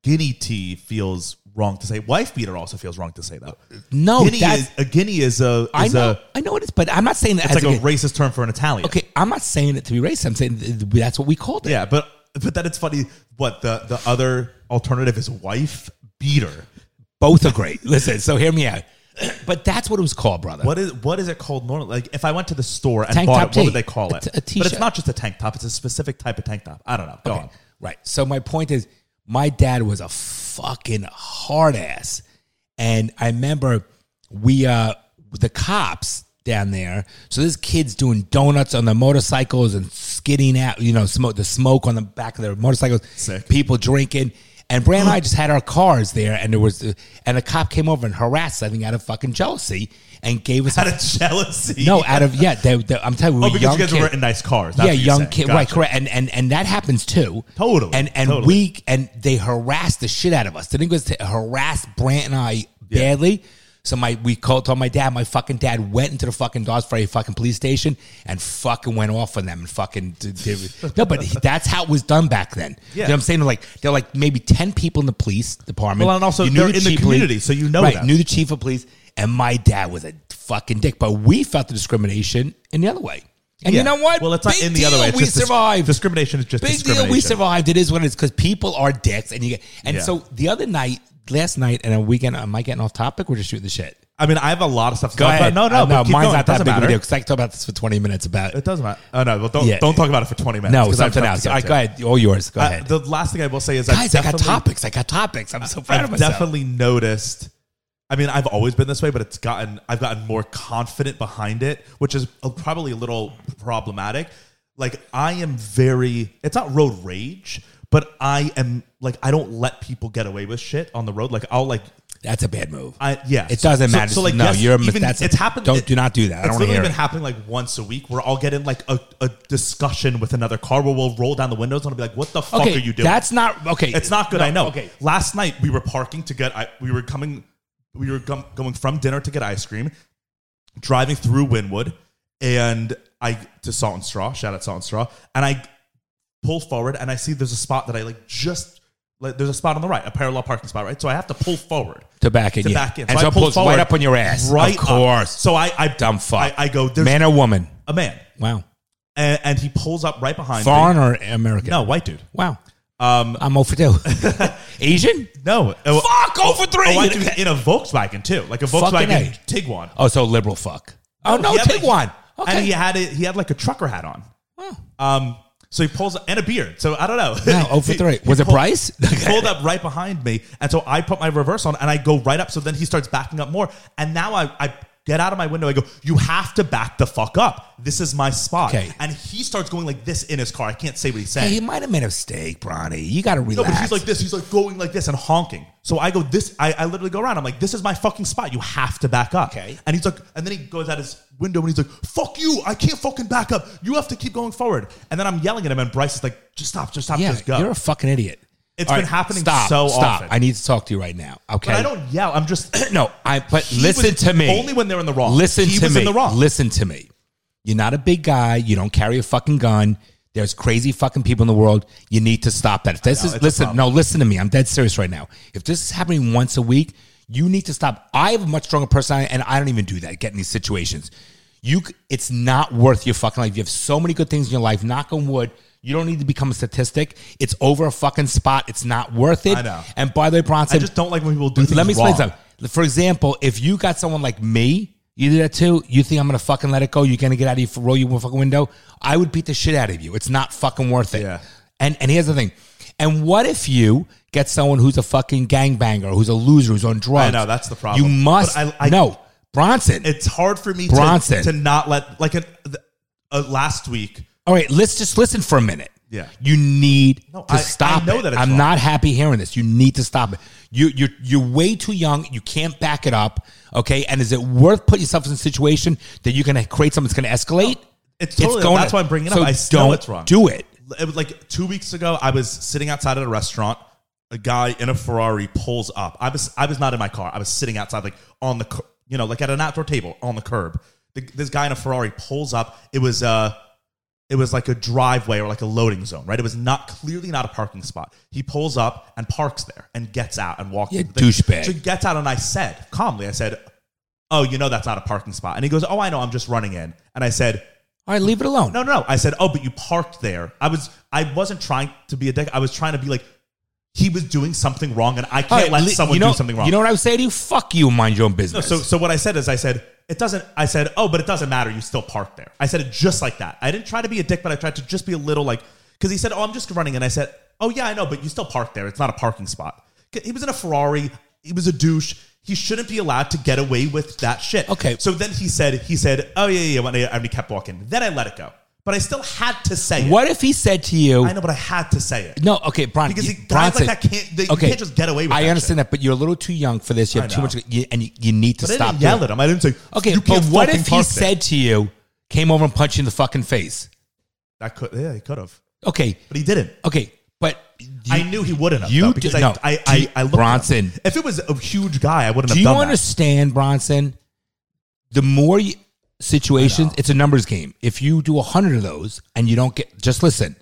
B: guinea tea feels wrong to say. Wife beater also feels wrong to say though.
A: no.
B: guinea
A: That's,
B: is, a guinea is a
A: I
B: is
A: know.
B: a
A: I know it is, but I'm not saying that.
B: it's
A: as
B: like a
A: a,
B: racist term for an Italian.
A: okay, I'm not saying it to be racist. I'm saying th- th- that's what we called it.
B: Yeah, but but then it's funny. What the the other alternative is wife beater.
A: Both are great. Listen, so hear me out. But that's what it was called, brother.
B: What is what is it called normally? Like if I went to the store and
A: Tank
B: bought
A: top
B: it, what
A: tee.
B: would they call
A: A
B: it?
A: t- a
B: but
A: t-shirt.
B: it's not just a tank top; it's a specific type of tank top. I don't know. Go on.
A: Right. So my point is, my dad was a fucking hard ass, and I remember we uh the cops down there. So this kid's doing donuts on the motorcycles and skidding out, you know, smoke the smoke on the back of their motorcycles.
B: Sick.
A: People drinking. And Brad and I just had our cars there, and there was, and a cop came over and harassed, us, I think, out of fucking jealousy, and gave us
B: Out
A: a,
B: of jealousy?
A: no, out of yeah. They, they- I'm telling you, we
B: Oh,
A: were
B: because
A: young
B: you guys
A: kids
B: were in nice cars. That's
A: yeah,
B: what you're
A: young
B: saying.
A: kid,
B: Gotcha.
A: right? Correct, and and and that happens too.
B: Totally,
A: and and
B: totally.
A: we and they harassed the shit out of us. The thing was to harass Brant and I badly. So my we called told my dad. My fucking dad went into the fucking Dawes Ferry fucking police station and fucking went off on them and fucking did, did- no. But he- that's how it was done back then. You know
B: Yeah.
A: what I'm saying? Like they're like maybe ten people in the police department.
B: Well, and also
A: You knew
B: they're in the
A: chief
B: community, so you know
A: right?
B: them.
A: Knew the chief of police, and my dad was a fucking dick. But we felt the discrimination in the other way. And
B: Yeah.
A: you know what?
B: Well, it's not
A: Big
B: in the
A: deal,
B: other way. It's
A: we
B: just dis-
A: survived.
B: discrimination is just
A: Big
B: discrimination.
A: deal. We survived. It is what it is because people are dicks, and you get. And
B: Yeah.
A: so the other night, last night, and a weekend. Am I getting off topic? We're just shooting the shit.
B: I mean, I have a lot of stuff to
A: Go
B: talk
A: ahead.
B: about. No, no,
A: Uh,
B: but
A: no.
B: keep
A: Mine's
B: going.
A: not
B: It
A: that
B: doesn't
A: big of a
B: matter.
A: deal because I can talk about this for twenty minutes about.
B: It doesn't matter. Oh no, well, don't
A: Yeah.
B: don't talk about it for twenty minutes.
A: no,
B: 'cause I have
A: something
B: stuff
A: else.
B: to
A: All
B: get
A: right,
B: to.
A: go ahead. All yours. Go
B: Uh,
A: ahead.
B: the last thing I will say is,
A: Guys, I got
B: definitely-
A: topics. I got topics. I'm so proud of
B: I've
A: myself.
B: definitely noticed. I mean, I've always been this way, but it's gotten I've gotten more confident behind it, which is a- probably a little problematic. Like I am very it's not road rage, but I am like I don't let people get away with shit on the road. Like I'll like
A: That's a bad move.
B: I yeah.
A: It doesn't matter. No, you're a mis- that's a-
B: it's happened
A: don't-
B: it-
A: do not do that. I don't
B: it's
A: wanna
B: literally
A: hear
B: been
A: it.
B: happening like once a week where I'll get in like a, a discussion with another car where we'll roll down the windows and I'll be like, what the fuck
A: okay,
B: are you doing?
A: that's not okay.
B: It's not good.
A: No,
B: I know.
A: Okay,
B: Last night we were parking to get. I, we were coming. We were gum, going from dinner to get ice cream, driving through Wynwood, and I to Salt and Straw. Shout out Salt and Straw. And I pull forward, and I see there's a spot that I like just like. There's a spot on the right, a parallel parking spot, right? So I have to pull forward
A: to back in.
B: to
A: yeah.
B: back in.
A: And so,
B: I
A: it
B: pull
A: pulls
B: forward,
A: right up on your ass.
B: right
A: Of
B: up.
A: course.
B: So I, I
A: Dumb fuck.
B: I, I go. There's
A: Man or woman?
B: a man,
A: Wow.
B: and, and he pulls up right behind me.
A: Foreign or American?
B: No, white dude.
A: Wow. Um, I'm 0 for 2. Asian?
B: No.
A: Fuck, 0 for 3.
B: Oh, I think in a Volkswagen too, like a
A: Fucking
B: Volkswagen Tiguan.
A: Oh, so liberal fuck. Oh, no,
B: he had,
A: take one.
B: like-
A: Okay.
B: And he had it. He had like a trucker hat on.
A: Wow.
B: Um, so he pulls and a beard. So I don't know.
A: No, 0 oh, for
B: He-
A: 3.
B: he
A: Was it
B: pulled-
A: Bryce?
B: he pulled up right behind me, and so I put my reverse on and I go right up. So then he starts backing up more, and now I. I Get out of my window. I go, you have to back the fuck up. This is my spot.
A: Okay.
B: And he starts going like this in his car. I can't say what he's saying.
A: Hey, he might have made a mistake, Bronny. You got to
B: No,
A: relax.
B: but he's like this. He's like going like this and honking. So I go this. I, I literally go around. I'm like, this is my fucking spot. You have to back up.
A: Okay.
B: And he's like, and then he goes out his window and he's like, fuck you. I can't fucking back up. You have to keep going forward. And then I'm yelling at him, and Bryce is like, just stop, just stop,
A: yeah,
B: just go.
A: you're a fucking idiot. It's
B: It's been happening
A: stop,
B: so
A: stop.
B: often.
A: I need to talk to you right now. Okay.
B: but I don't yell. I'm just
A: No, I. But
B: He
A: listen
B: was-
A: to me.
B: Only when they're in the wrong.
A: Listen
B: he
A: to
B: was
A: me.
B: in the wrong.
A: Listen to me. You're not a big guy. You don't carry a fucking gun. There's crazy fucking people in the world. You need to stop that. If this
B: know,
A: is
B: it's a
A: listen,
B: problem.
A: no, listen to me. I'm dead serious right now. If this is happening once a week, you need to stop. I have a much stronger personality, and I don't even do that. Get in these situations. You, c- it's not worth your fucking life. You have so many good things in your life. Knock on wood. You don't need to become a statistic. It's over a fucking spot. It's not worth it.
B: I know.
A: And by the way, Bronson,
B: I just don't like when people do things
A: let me
B: wrong.
A: explain something. For example, if you got someone like me, you do that too. You think I'm gonna fucking let it go? You're gonna get out of your roll your fucking window? I would beat the shit out of you. It's not fucking worth it.
B: Yeah.
A: And and here's the thing. And what if you get someone who's a fucking gangbanger, who's a loser, who's on drugs?
B: know, that's the problem.
A: You must
B: But I- I-
A: no Bronson.
B: It's hard for me
A: Bronson.
B: to, to not let like a, a last week.
A: All right, let's just listen for a minute.
B: Yeah.
A: You need
B: No,
A: to
B: I- I
A: stop
B: know
A: it.
B: that it's
A: I'm
B: wrong.
A: not happy hearing this. You need to stop it. You you're you're way too young. You can't back it up. Okay. And is it worth putting yourself in a situation that you're gonna create something that's gonna escalate?
B: It's totally.
A: gonna-
B: that's why I'm bringing it
A: so
B: up. I still
A: don't
B: it's wrong.
A: Do it.
B: it was like two weeks ago, I was sitting outside at a restaurant. A guy in a Ferrari pulls up. I was I was not in my car. I was sitting outside, like on the cur- you know, like at an outdoor table on the curb. The, this guy in a Ferrari pulls up. It was uh it was like a driveway or like a loading zone, right? It was not clearly not a parking spot. He pulls up and parks there and gets out and walks.
A: Yeah,
B: into the thing.
A: douchebag.
B: So he gets out and I said calmly, I said, "Oh, you know that's not a parking spot." And he goes, "Oh, I know. I'm just running in." And I said,
A: All right, leave it alone.
B: no, no, no. I said, oh, but you parked there. I was, I wasn't trying to be a dick. I was trying to be like, he was doing something wrong, and I
A: All
B: can't
A: right,
B: let
A: li-
B: someone
A: you know,
B: do something wrong.
A: You know what I would say to you? Fuck you, mind your own
B: No,
A: business.
B: so, so what I said is, I said it doesn't. I said, oh, but it doesn't matter. You still parked there. I said it just like that. I didn't try to be a dick, but I tried to just be a little like, because he said, oh, I'm just running, and I said, oh yeah, I know, but you still parked there. It's not a parking spot. He was in a Ferrari. He was a douche. He shouldn't be allowed to get away with that shit.
A: Okay.
B: So then he said, he said, oh yeah, yeah, yeah. And I- and he kept walking. Then I let it go. But I still had to say it.
A: what if he said to you
B: I know, but I had to say it
A: No, okay, Bron,
B: because
A: you-
B: the guys
A: Bronson.
B: like that can't. They, You can't just get away with.
A: I
B: that
A: understand
B: Shit.
A: that, but you're a little too young for this. You have
B: I
A: too
B: know.
A: much, you, and you, you need to
B: But I
A: stop.
B: didn't yell
A: doing
B: at him. I didn't say.
A: it. Okay,
B: you
A: but
B: can't
A: what
B: fucking
A: if he
B: park there."
A: said to you, came over and punched you in the fucking face?
B: that? Could yeah, he could have,
A: Okay,
B: but he didn't.
A: okay, but you-
B: I knew he wouldn't have.
A: you
B: though, because
A: did-
B: I,
A: no.
B: I, I, I looked at him.
A: Bronson.
B: If it was a huge guy, I wouldn't
A: do
B: have
A: you
B: done
A: understand, Bronson? The more you, situations, it's a numbers game. If you do a hundred of those and you don't get, just listen,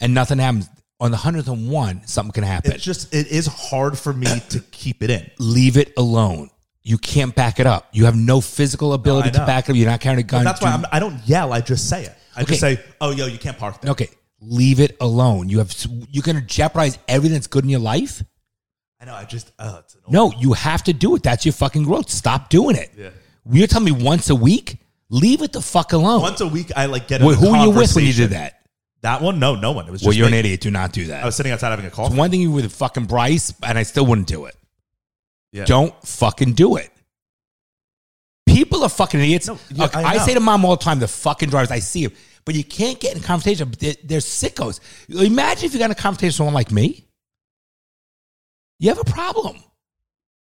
A: and nothing happens on the hundredth and one, something can happen.
B: that. It's just it is hard for me to keep it in.
A: leave it alone. You can't back it up. You have no physical ability to
B: know.
A: back it up. You're not carrying a gun.
B: That's why
A: Do-
B: I'm, I don't yell. I just say it. I just
A: Okay.
B: say, "Oh, yo, you can't park there."
A: Okay, leave it alone. You have you're going to jeopardize everything that's good in your life.
B: I know. I just oh, it's an
A: No, you have to do it. That's your fucking growth. Stop doing it.
B: Yeah.
A: You're telling me once a week? Leave it the fuck alone.
B: Once a week, I like get.
A: Wait,
B: in a
A: who were you with when you
B: conversation.
A: did that?
B: That one? No, no one. It was just.
A: Well, you're an
B: me.
A: idiot. Do not do that.
B: I was sitting outside having a call.
A: One thing you were with fucking Bryce, and I still wouldn't do it.
B: Yeah.
A: Don't fucking do it. People are fucking idiots.
B: No, yeah,
A: Look, I,
B: I know.
A: say to mom all the time, the fucking drivers, I see them, but you can't get in conversation. They're, they're sickos. Imagine if you got in a conversation with someone like me. You have a problem.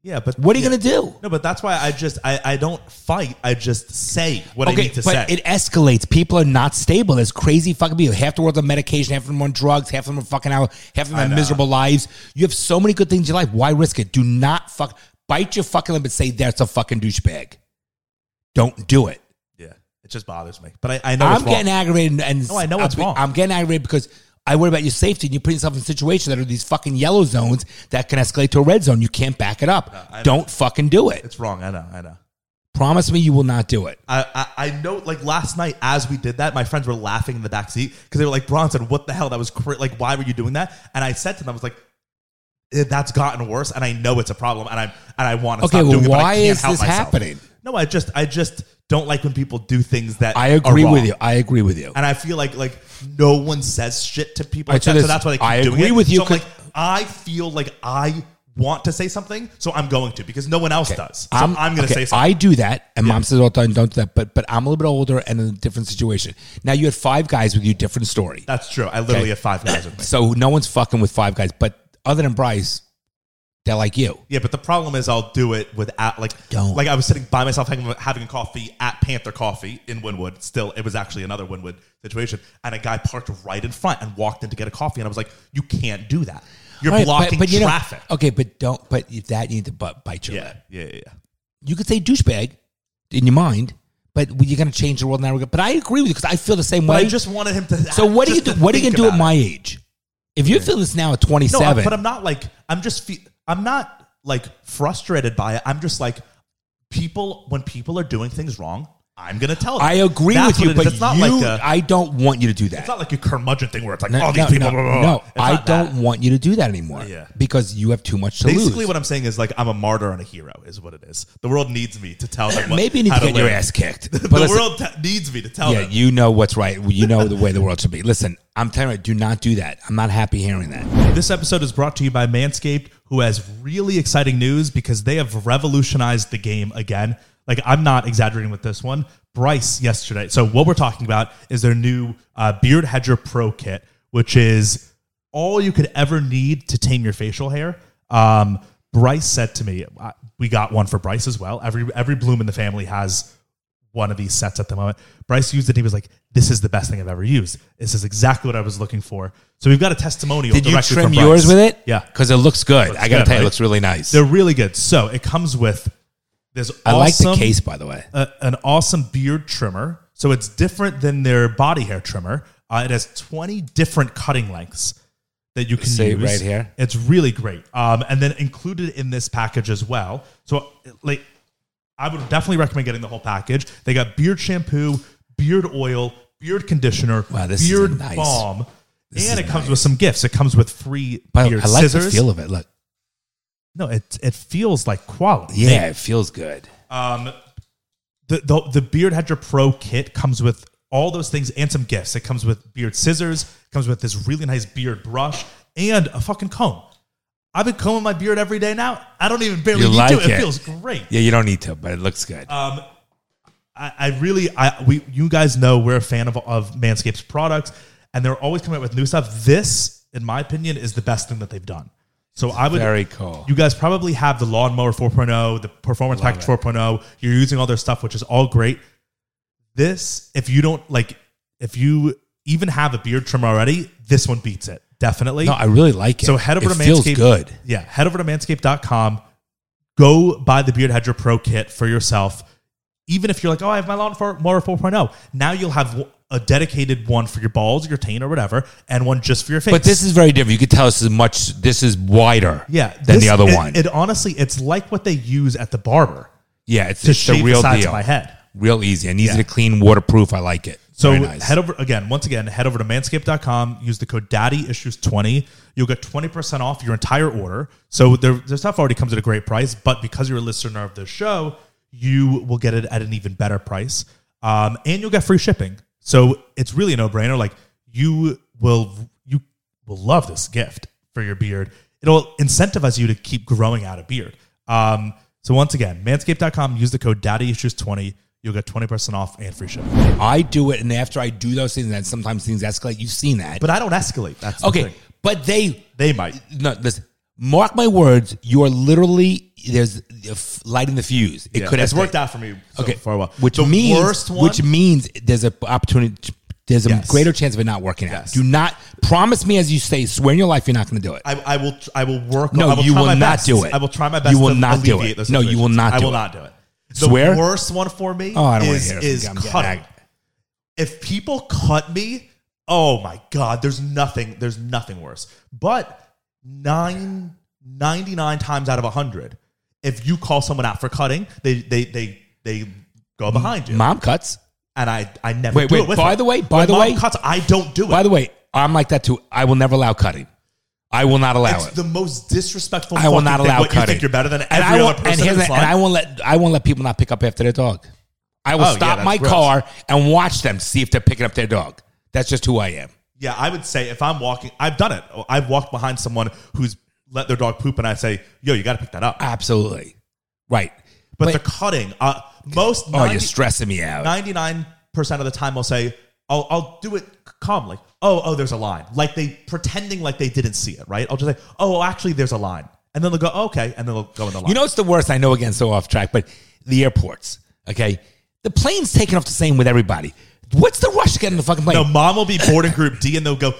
B: Yeah, but
A: What are you
B: yeah.
A: going to do?
B: No, but that's why I just I, I don't fight. I just say what I need to
A: but
B: say.
A: it escalates. People are not stable. There's crazy fucking people. Half the world's on medication, half of them on drugs, half of them are fucking out, half of them
B: I
A: have
B: know.
A: miserable lives. You have so many good things in your life. Why risk it? Do not fuck bite your fucking lip and say that's a fucking douchebag. Don't do it.
B: yeah, it just bothers me. But I, I know
A: I'm
B: it's wrong.
A: getting aggravated and, and
B: No, I know it's
A: I'm,
B: wrong.
A: I'm getting aggravated because I worry about your safety and you're putting yourself in situations that are these fucking yellow zones that can escalate to a red zone. You can't back it up.
B: I know.
A: Don't fucking do it.
B: it's wrong. I know. I know.
A: Promise me you will not do it.
B: I, I, I know. Like last night, as we did that, my friends were laughing in the back seat because they were like, "Bronson, what the hell? That was cra- like, why were you doing that?" And I said to them, "I was like." "Eh, That's gotten worse, and I know it's a problem, and I'm and I want to
A: Okay,
B: stop
A: well,
B: doing it. But
A: why
B: I can't
A: is
B: help
A: this
B: myself.
A: happening?
B: No, I just I just don't like when people do things that
A: I
B: are
A: agree with
B: wrong.
A: you. I agree with you.
B: and I feel like like no one says shit to people.
A: All right,
B: Like
A: so
B: that, so,
A: this-
B: that's why they keep
A: I
B: doing
A: agree
B: it.
A: with you
B: So I'm
A: 'cause-
B: like I feel like I want to say something, so I'm going to because no one else does. So I'm, going to
A: okay,
B: say something.
A: I do that, and mom says all the time, "Don't do that." But but I'm a little bit older and in a different situation. Now you had five guys with you, different story.
B: that's true. I literally have five guys with me.
A: So no one's fucking with five guys. But other than Bryce, they're like you.
B: Yeah, but the problem is I'll do it without like
A: Don't.
B: like I was sitting by myself having, having a coffee at Panther Coffee in Winwood. Still, it was actually another Winwood situation, and a guy parked right in front and walked in to get a coffee, and I was like, "You can't do that. You're
A: All right,
B: blocking traffic."
A: Know, oh, okay, but don't. But if that you need to bu- bite your lip.
B: yeah, yeah, yeah, yeah.
A: You could say douchebag in your mind, but you're going to change the world now. But I agree with you because I feel the same
B: But
A: way.
B: I just wanted him to.
A: so what do you
B: just
A: do?
B: to
A: What are you going
B: think
A: to do at
B: about
A: my age? If you feel this now at 27,
B: No, but I'm not like I'm just fe- I'm not like frustrated by it. I'm just like people when people are doing things wrong, I'm gonna tell them.
A: I agree
B: That's
A: with
B: what
A: you.
B: it is.
A: But
B: it's not
A: you,
B: like a,
A: I don't want you to do that.
B: it's not like a curmudgeon thing where it's like
A: No,
B: all these
A: no,
B: people.
A: no,
B: blah, blah, blah.
A: no,
B: It's
A: I
B: not that.
A: don't want you to do that anymore.
B: Yeah.
A: Because you have too much to
B: Basically,
A: lose.
B: what I'm saying is like I'm a martyr and a hero is what it is. The world needs me to tell them. What,
A: Maybe you need
B: how
A: to get your
B: live.
A: ass kicked. But
B: The
A: listen,
B: world te- needs me to tell
A: yeah,
B: them.
A: you know what's right. You know the way the world should be. Listen, I'm telling you, do not do that. I'm not happy hearing that.
B: This episode is brought to you by Manscaped, who has really exciting news because they have revolutionized the game again. Like, I'm not exaggerating with this one. Bryce yesterday. So, what we're talking about is their new uh, Beard Hedger Pro Kit, which is all you could ever need to tame your facial hair. Um, Bryce said to me, I- we got one for Bryce as well. Every every bloom in the family has one of these sets at the moment. Bryce used it. And he was like, "This is the best thing I've ever used. This is exactly what I was looking for." So we've got a testimonial.
A: Did you
B: directly
A: trim
B: from
A: yours
B: Bryce.
A: with it?
B: Yeah,
A: Because it looks good. I got to tell you,
B: good, right?
A: it looks really nice.
B: they're really good. So it comes with this.
A: I
B: awesome,
A: like the case, by the way.
B: a, an awesome beard trimmer. So it's different than their body hair trimmer. Uh, it has 20 different cutting lengths that you can
A: See,
B: use.
A: right here.
B: It's really great. Um, and then included in this package as well. So like I would definitely recommend getting the whole package. They got beard shampoo, beard oil, beard conditioner,
A: Wow, this is
B: beard
A: nice.
B: balm. and it comes with some gifts. It comes with free
A: But
B: beard
A: I like
B: scissors.
A: the feel of it. Look.
B: no, it it feels like quality.
A: Yeah, it feels good.
B: Um, the, the the Beard Hedger Pro kit comes with all those things and some gifts. It comes with beard scissors, it comes with this really nice beard brush, and a fucking comb. I've been combing my beard every day now. I don't even barely
A: You
B: need
A: like
B: to. It.
A: it.
B: feels great.
A: Yeah, you don't need to, but it looks good.
B: Um, I, I really, I we you guys know we're a fan of of Manscaped's products, and they're always coming out with new stuff. This, in my opinion, is the best thing that they've done. So I would
A: Very cool.
B: you guys probably have the lawnmower 4.0, the performance package 4.0. You're using all their stuff, which is all great. This, if you don't like, if you even have a beard trimmer already, this one beats it definitely.
A: no, I really like it.
B: so head over
A: it
B: to
A: feels
B: Manscaped.
A: good.
B: Yeah, head over to manscaped.com. Go buy the Beard Hedger Pro kit for yourself. Even if you're like, oh, I have my lawnmower 4.0, oh, now you'll have a dedicated one for your balls, your taint, or whatever, and one just for your face.
A: But this is very different. You could tell this is much. This is wider.
B: yeah,
A: than
B: this-
A: the other
B: it-
A: one.
B: It honestly, it's like what they use at the barber.
A: yeah, it's,
B: to
A: it's the
B: shave
A: real
B: the sides
A: deal.
B: of my head.
A: Real easy and easy to clean, waterproof. I like it.
B: So
A: Very nice.
B: head over again, once again, head over to manscaped.com, use the code daddy issues 20. You'll get 20% off your entire order. So their, their stuff already comes at a great price, but because you're a listener of this show, you will get it at an even better price. Um, and you'll get free shipping. So it's really a no brainer. Like you will, you will love this gift for your beard. It'll incentivize you to keep growing out a beard. Um, so once again, manscaped.com, use the code daddy issues 20. You'll get 20% off and free shipping.
A: I do it, and after I do those things, then sometimes things escalate. You've seen that.
B: But I don't escalate. That's the
A: okay,
B: thing.
A: but they
B: They might.
A: no listen. Mark my words. You are literally there's f- lighting the fuse. It
B: Yeah,
A: could
B: it's
A: escalate.
B: worked out for me so
A: Okay,
B: for a while.
A: Which
B: the
A: means
B: worst one.
A: which means there's a p- opportunity. to- There's a
B: Yes.
A: greater chance of it not working out.
B: Yes.
A: Do not promise me as you say. Swear in your life you're not going to do it.
B: I, I will. I will work.
A: No,
B: I will
A: you
B: try
A: will
B: my
A: not
B: best.
A: do it.
B: I will try my best.
A: You will
B: to
A: not do
B: alleviate
A: it.
B: those
A: No, you will
B: situations.
A: not
B: I
A: do
B: will
A: it.
B: not do it. The
A: Swear?
B: worst one for me
A: Oh, I don't wanna
B: is,
A: hear it.
B: is
A: I'm getting
B: cutting.
A: angry.
B: If people cut me, oh my god, there's nothing. There's nothing worse. But nine, 99 times out of hundred, if you call someone out for cutting, they they they they go behind you.
A: Mom cuts.
B: and I I never
A: Wait,
B: do
A: wait,
B: it with
A: by
B: her.
A: the way, by
B: When
A: the
B: mom
A: way-
B: cuts, I don't do it.
A: By the way, I'm like that too. I will never allow cutting. I will not allow
B: it's
A: it.
B: the most disrespectful.
A: I will
B: fucking
A: not
B: thing.
A: allow
B: what,
A: cutting.
B: You think you're better than every
A: and I won't,
B: other
A: and,
B: person.
A: here's
B: in this
A: the- and
B: line?
A: I won't let I won't let people not pick up after their dog. I will
B: Oh, yeah,
A: stop
B: that's
A: my
B: gross.
A: car and watch them see if they're picking up their dog. That's just who I am.
B: yeah, I would say if I'm walking, I've done it. I've walked behind someone who's let their dog poop, and I say, "Yo, you got to pick that up."
A: Absolutely, right.
B: But
A: But,
B: the cutting, uh, most
A: oh, you're
B: 90
A: stressing me out.
B: 99 percent of the time, I'll say, "I'll I'll do it calmly." Oh, oh, there's a line. Like they pretending like they didn't see it, right? I'll just say, "Oh, actually, there's a line," and then they'll go, "Okay," and then they'll go in the line.
A: You know, it's the worst. I know again, so off track, but the airports. Okay, the plane's taking off the same with everybody. What's the rush to get in the fucking plane?
B: No, mom will be boarding group D and they'll go,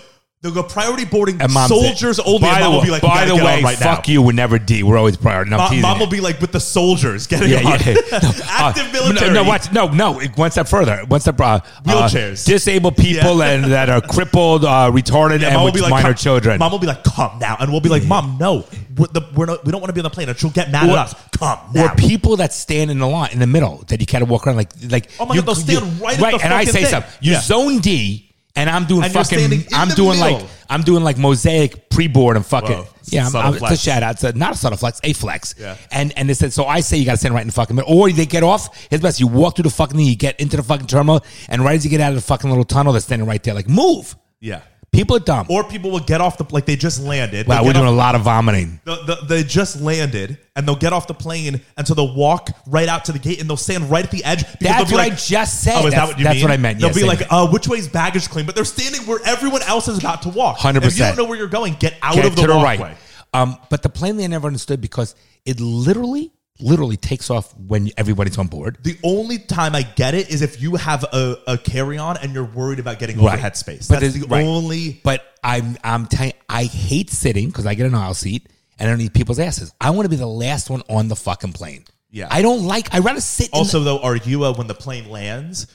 B: They'll go priority boarding
A: And mom's
B: soldiers
A: it.
B: only.
A: By
B: and
A: the
B: mom will
A: way,
B: be like,
A: by the way,
B: right now.
A: fuck you. We're never D. We're always prior. No, I'm
B: Mom,
A: teasing
B: mom
A: you.
B: will be like with the soldiers getting
A: Yeah, yeah.
B: on.
A: No,
B: Active
A: uh,
B: military.
A: No, no, watch, no, no. it- One step further. One step. Uh, uh,
B: Wheelchairs.
A: disabled people
B: Yeah.
A: and that are crippled, uh, retarded,
B: Yeah,
A: and
B: mom will
A: with
B: be like,
A: minor
B: "Calm-
A: children.
B: Mom will be like, "Come now," and we'll be like, "Mom, no, we're the, we're not, we don't want to be on the plane." And she'll get mad
A: Or-
B: at us. Come
A: or
B: now.
A: people that stand in the line in the middle that you kind of walk around like like
B: Oh my God, they'll stand right at the
A: and I
B: fucking
A: say
B: thing.
A: something. You
B: Yeah.
A: zone D, and I'm doing
B: And you're standing
A: fucking.
B: in
A: I'm
B: the
A: doing like
B: middle.
A: I'm doing like mosaic pre board and fucking.
B: Whoa.
A: yeah, I'm,
B: Subtle
A: I'm, it's a
B: flex.
A: shout out. It's a, not a subtle flex, a flex.
B: Yeah.
A: And and they said so. I say you got to stand right in the fucking middle, or they get off. It's best you walk through the fucking thing, you get into the fucking terminal, and right as you get out of the fucking little tunnel, they're standing right there. Like move.
B: Yeah.
A: People are dumb.
B: Or people will get off the like they just landed.
A: wow,
B: They'll
A: we're
B: get
A: doing
B: off-
A: a lot of vomiting.
B: the, the, they just landed and they'll get off the plane and so they'll walk right out to the gate and they'll stand right at the edge. because
A: That's
B: they'll be
A: what I just said.
B: Oh,
A: That's-
B: is that what you
A: that's
B: mean?
A: what I meant.
B: They'll
A: Yeah,
B: be
A: same
B: like,
A: thing.
B: uh, which way is baggage claim? But they're standing where everyone else is about to walk.
A: Hundred
B: If you
A: percent.
B: don't know where you're going, get out
A: Get
B: of the
A: to the
B: walkway.
A: right. Um, but the plane they never understood because it literally, literally takes off when everybody's on board.
B: The only time I get it is if you have a, a carry on and you're worried about getting overhead space.
A: But
B: That's
A: it's-
B: the
A: right.
B: only.
A: But I'm, I'm telling, I hate sitting because I get an aisle seat and I don't need people's asses. I want to be the last one on the fucking plane.
B: Yeah.
A: I don't like. I would rather sit. in the-
B: Also, though, are you a, when the plane lands?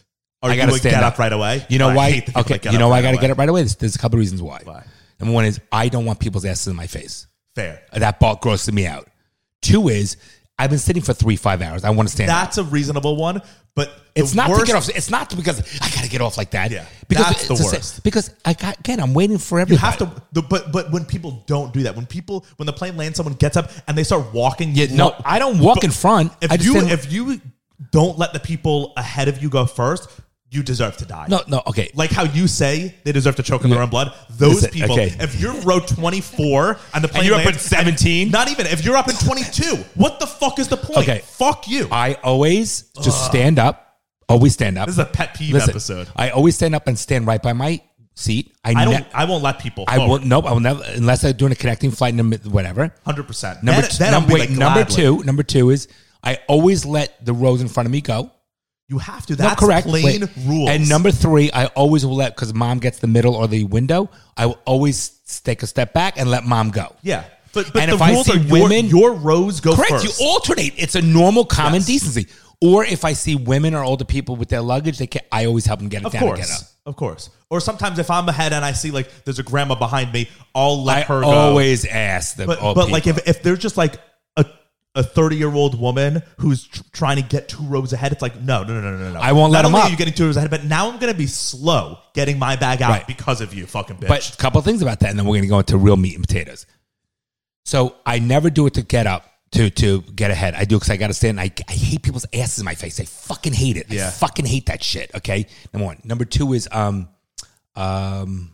B: Are
A: I
B: you
A: gotta
B: a
A: stand
B: get
A: up.
B: up right away?
A: you know
B: I
A: why?
B: hate the people
A: Okay.
B: that get
A: You
B: up
A: know why I
B: right
A: got to
B: away.
A: get it right away. There's, there's a couple reasons why.
B: Why?
A: Number one is I don't want people's asses in my face.
B: Fair.
A: That ball grosses me out. Two is I've been sitting for three five hours. I want to stand. up.
B: That's a reasonable one, but the
A: It's not
B: worst,
A: to get off. It's not because I got to get off like that.
B: Yeah,
A: because
B: that's the
A: it's a sa-
B: worst.
A: because I got again, I'm waiting for everybody.
B: You have to, the, but but when people don't do that, when people when the plane lands, someone gets up and they start walking.
A: Yeah, no, I don't walk in front.
B: If
A: I just
B: you
A: stand-
B: if you don't let the people ahead of you go first, you deserve to die.
A: no, no. Okay,
B: Like how you say they deserve to choke in their own blood. Those
A: Listen,
B: people,
A: okay.
B: if you're row 24 and the plane
A: you're up
B: lands-
A: at 17?
B: not even if you're up in 22, what the fuck is the point?
A: Okay. Uh,
B: Fuck you.
A: I always just stand up. Always stand up.
B: this is a pet peeve
A: Listen,
B: episode.
A: I always stand up and stand right by my seat. I, ne-
B: I don't. I won't let people.
A: I won't. Nope. I will never unless I'm doing a connecting flight. and Whatever.
B: Hundred percent.
A: Number
B: that,
A: two,
B: that I'll
A: num-
B: be
A: wait,
B: like
A: number
B: gladly.
A: two. Number two is I always let the rows in front of me go.
B: You have to.
A: No,
B: That's
A: correct.
B: plain
A: Wait.
B: rules.
A: And number three, I always will let because mom gets the middle or the window. I will always take a step back and let mom go.
B: Yeah, but but
A: And
B: the
A: if I
B: rules
A: see
B: are your-
A: women-
B: your, rows go
A: Correct.
B: first.
A: You alternate. It's a normal common
B: Yes.
A: decency. Or if I see women or older people with their luggage, they can, I always help them get it
B: of
A: down and get up.
B: course, of course. Or sometimes if I'm ahead and I see like there's a grandma behind me, I'll let
A: I
B: her go.
A: always ask them.
B: but but like if if there's just like a a 30 year old woman who's tr- trying to get two rows ahead, it's like no no no no no no.
A: I won't let
B: Not
A: 'em
B: only
A: up.
B: Are you getting two rows ahead, but now I'm gonna be slow getting my bag out
A: Right.
B: because of you, fucking bitch.
A: But a couple of things about that, and then we're going to go into real meat and potatoes. So I never do it to get up to to get ahead. I do because I got to stand. I, I hate people's asses in my face. I fucking hate it. I
B: Yeah.
A: fucking hate that shit. Okay, number one. Number two is um um,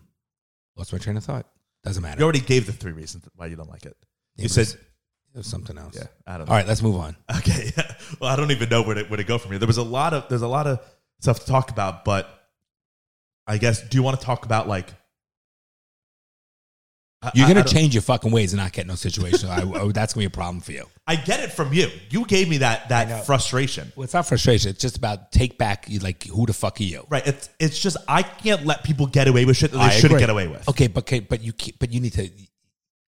A: what's my train of thought? Doesn't matter.
B: you already gave the three reasons why you don't like it. You said
A: There's something else.
B: yeah. I don't know.
A: All right, let's move on.
B: Okay. Yeah. Well, I don't even know where to, where to go from here. There was a lot of there's a lot of stuff to talk about, but I guess do you want to talk about like I-
A: You're
B: I-
A: gonna
B: I don't-
A: change your fucking ways and not get in those situations. I, I- that's gonna be a problem for you.
B: I get it from you. You gave me that
A: know.
B: that frustration.
A: Well, it's not frustration. It's just about take back. You like who the fuck are you?
B: Right. It's it's just I can't let people get away with shit that they
A: I
B: shouldn't
A: agree.
B: get away with.
A: Okay, but okay, but you keep, but you need to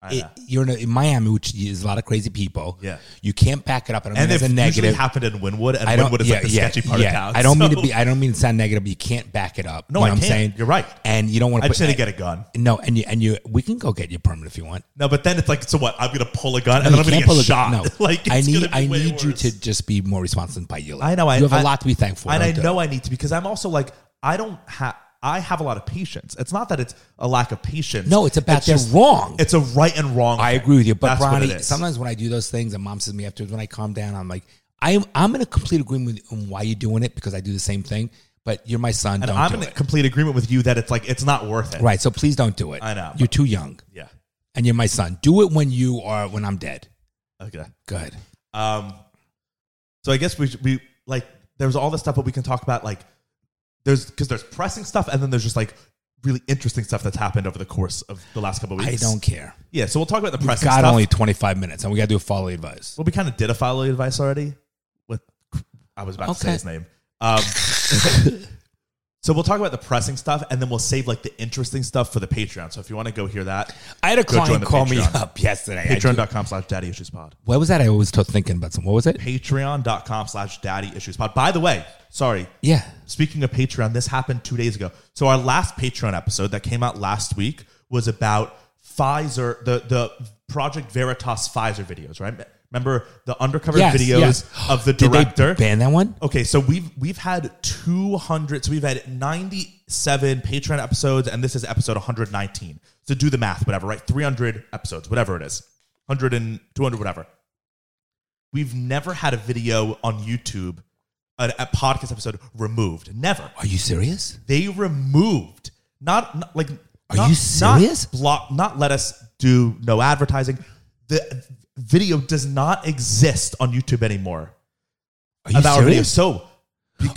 B: I
A: it,
B: know.
A: you're in, a, in Miami, which is a lot of crazy people.
B: Yeah.
A: you can't back it up. And I mean,
B: and
A: that's
B: it
A: a
B: usually
A: negative.
B: happened in Winwood, and
A: I don't.
B: Winwood is
A: yeah,
B: like the
A: yeah,
B: sketchy part
A: yeah.
B: of town.
A: I don't mean to
B: so-
A: be. I don't mean to sound negative. But you can't back it up.
B: No,
A: You
B: I
A: know what
B: can't.
A: I'm saying
B: You're right.
A: And you don't want
B: I
A: to.
B: just need to get a gun.
A: No, and you and you. We can go get your permit if you want.
B: No, but then it's like, so what? I'm gonna pull a gun and
A: No,
B: then I'm
A: you can't
B: gonna get
A: pull a
B: shot.
A: gun. No,
B: like
A: I
B: it's gonna
A: need
B: be
A: I
B: way
A: need you
B: worse.
A: to just be more responsible by you.
B: I know, I-
A: you have a
B: I-
A: lot to be thankful.
B: and I
A: don't do it.
B: know I need to because I'm also like I don't have I have a lot of patience. It's not that it's a lack of patience.
A: No, it's about they're
B: just-
A: wrong.
B: It's a right and wrong.
A: I
B: thing.
A: agree with you, but
B: That's what
A: Ronnie,
B: it is.
A: sometimes when I do those things, and Mom says to me afterwards, when I calm down, I'm like, I'm I'm in a complete agreement with on why you're doing it because I do the same thing. But you're my son.
B: and
A: don't
B: I'm
A: do
B: in
A: it.
B: complete agreement with you that it's like it's not worth it.
A: Right. So please don't do it.
B: I know,
A: You're too young
B: Yeah.
A: and you're my son. Do it when you are when I'm dead.
B: Okay.
A: Good.
B: Um. So I guess we should- we like there's all this stuff, but we can talk about like there's because there's pressing stuff, and then there's just like really interesting stuff that's happened over the course of the last couple of
A: I
B: weeks.
A: don't care.
B: Yeah. So we'll talk about the
A: We've
B: pressing
A: got
B: stuff.
A: only 25 minutes and we got to do a follow advice.
B: Well, we kind of did a follow advice already. With I was about to say
A: Okay.
B: his name. Um, So we'll talk about the pressing stuff, and then we'll save like the interesting stuff for the Patreon. So if you want to go hear that,
A: I had a
B: Go join
A: client
B: the
A: call me
B: Patreon.
A: up yesterday. I do-
B: patreon.com slash daddy issues pod.
A: What was that? I always was thinking about some. What was it?
B: Patreon.com slash daddy issues pod. By the way, sorry,
A: Yeah.
B: Speaking of Patreon, this happened two days ago. So our last Patreon episode that came out last week was about Pfizer, the the Project Veritas Pfizer videos, right? Remember the undercover
A: Yes,
B: videos
A: yes.
B: of the
A: Did they
B: director?
A: ban that one?
B: Okay, so we've we've had 200, so we've had 97 Patreon episodes, and this is episode 119. So do the math, whatever, right? 300 episodes, whatever it is, 100 and 200, whatever. We've never had a video on YouTube, a, a podcast episode removed. Never.
A: Are you serious?
B: They removed not, not- like. Are
A: you serious?
B: Not block. Not let us do no advertising. The video does not exist on YouTube anymore.
A: Are you
B: of our video.
A: serious?
B: So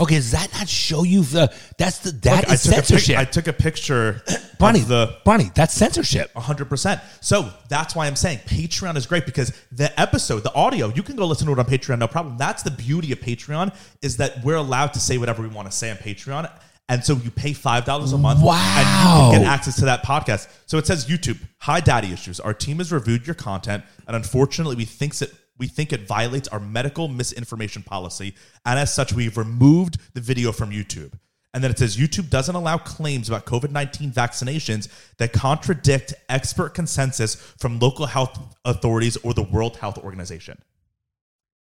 A: Okay, does that not show you the? That's the that is
B: Look, I took A
A: censorship.
B: pic- I took a picture
A: Bonnie,
B: of the
A: Bonnie, that's censorship.
B: 100%. So that's why I'm saying Patreon is great because the episode, the audio, you can go listen to it on Patreon, no problem. That's the beauty of Patreon is that we're allowed to say whatever we want to say on Patreon. And so you pay $5 a month
A: Wow.
B: and you can get access to that podcast. So it says YouTube, hi daddy issues. Our team has reviewed your content and unfortunately we thinks it we think it violates our medical misinformation policy and as such we've removed the video from YouTube. And then it says YouTube doesn't allow claims about COVID-19 vaccinations that contradict expert consensus from local health authorities or the World Health Organization.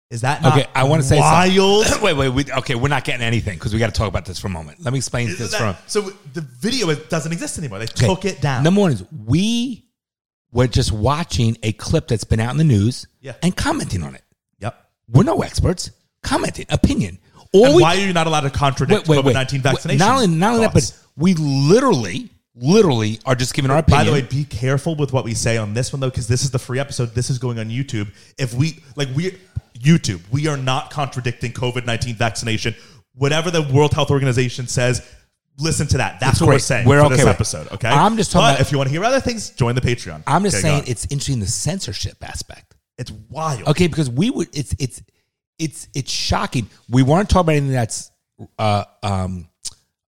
B: Is that not
A: Okay, I wanna say something.
B: wild?
A: wait, wait, we, okay, we're not getting anything because we got to talk about this for a moment. Let me explain this for a
B: That- so the video it doesn't exist anymore. They
A: Okay.
B: took it down.
A: Number one is we were just watching a clip that's been out in the news
B: Yeah.
A: and commenting on it.
B: yep.
A: We're no experts. Commenting, opinion. All
B: And
A: we-
B: why are you not allowed to contradict COVID nineteen vaccination?
A: Not only, not only that, but
B: thoughts?
A: we literally, literally are just giving our opinion.
B: by the way, be careful with what we say on this one though, because this is the free episode. This is going on YouTube. If we like we YouTube, we are not contradicting COVID nineteen vaccination. Whatever the World Health Organization says, listen to that. That's
A: It's
B: what we're
A: great.
B: saying
A: We're
B: for
A: okay
B: this
A: with it.
B: episode. Okay,
A: I'm just talking
B: But
A: about-
B: if you want to hear other things, join the Patreon.
A: I'm just
B: Okay, go
A: saying
B: on.
A: it's interesting the censorship aspect.
B: it's wild.
A: Okay, because we would it's it's it's it's shocking. We weren't talking about anything that's uh um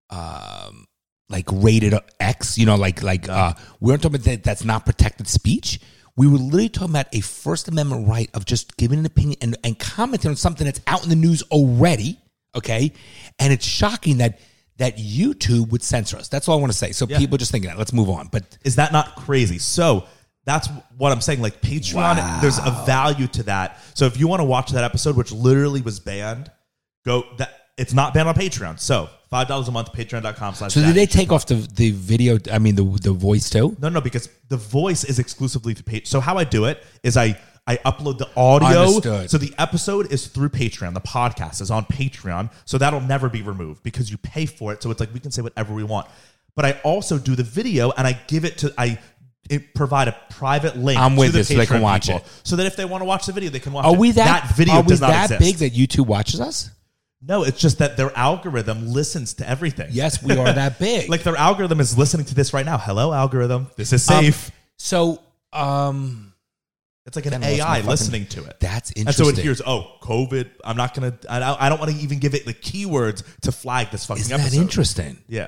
A: um like rated X, you know, like like uh we weren't talking about that that's not protected speech. We were literally talking about a First Amendment right of just giving an opinion and, and commenting on something that's out in the news already. Okay. And it's shocking that that YouTube would censor us. That's all I want to say. So people just thinking that. Let's move on. But
B: Is that not crazy? So that's what I'm saying. Like Patreon, there's a value to that. So if you want to watch that episode, which literally was banned, go that it's not banned on Patreon. So five dollars a month, patreon.com slash
A: so did
B: daddy.
A: they take off the, the video I mean the the voice too?
B: No, no, because the voice is exclusively to Patreon. So how I do it is I I upload the audio.
A: Understood.
B: So the episode is through Patreon. The podcast is on Patreon, so that'll never be removed because you pay for it. So it's like we can say whatever we want. But I also do the video and I give it to I it provide a private link.
A: I'm with
B: to the
A: you, so they can
B: Patreon
A: watch
B: people,
A: it.
B: so that if they want to watch the video, they can watch.
A: Are
B: it.
A: we that,
B: video
A: are we
B: does not
A: that
B: exist.
A: big that YouTube watches us?
B: No, it's just that their algorithm listens to everything.
A: Yes, we are that big.
B: like their algorithm is listening to this right now. Hello, algorithm. This is
A: Um,
B: safe.
A: so um
B: it's like an
A: I lost my
B: AI
A: fucking-
B: listening to it.
A: that's interesting.
B: And so it hears, oh, COVID. I'm not gonna. I don't, I don't want to even give it the keywords to flag this fucking
A: Isn't that
B: episode.
A: interesting?
B: Yeah,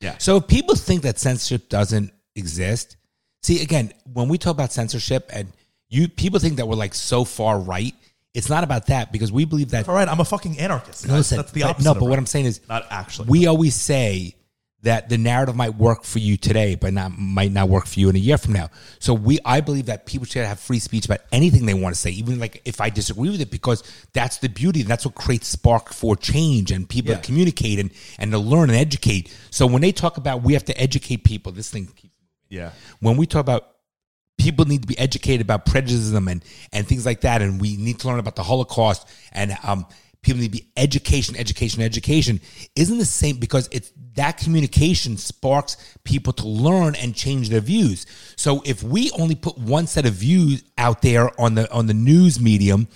B: yeah.
A: So if people think that censorship doesn't exist, see again, when we talk about censorship and you people think that we're like so far right, it's not about that because we believe that
B: All right, I'm a fucking anarchist.
A: No,
B: That's,
A: listen,
B: that's the
A: but-
B: opposite.
A: No,
B: of
A: but what
B: right.
A: I'm saying is
B: not actually.
A: we always say that the narrative might work for you today, but not might not work for you in a year from now. So we, I believe that people should have free speech about anything they want to say, even like if I disagree with it, because that's the beauty. That's what creates spark for change and people
B: Yeah.
A: to communicate and and to learn and educate. So when they talk about we have to educate people, this thing keeps
B: yeah,
A: when we talk about people need to be educated about prejudice and, and things like that, and we need to learn about the Holocaust, and um, people need to be education, education, education, isn't the same because it's that communication sparks people to learn and change their views. So if we only put one set of views out there on the on the news medium,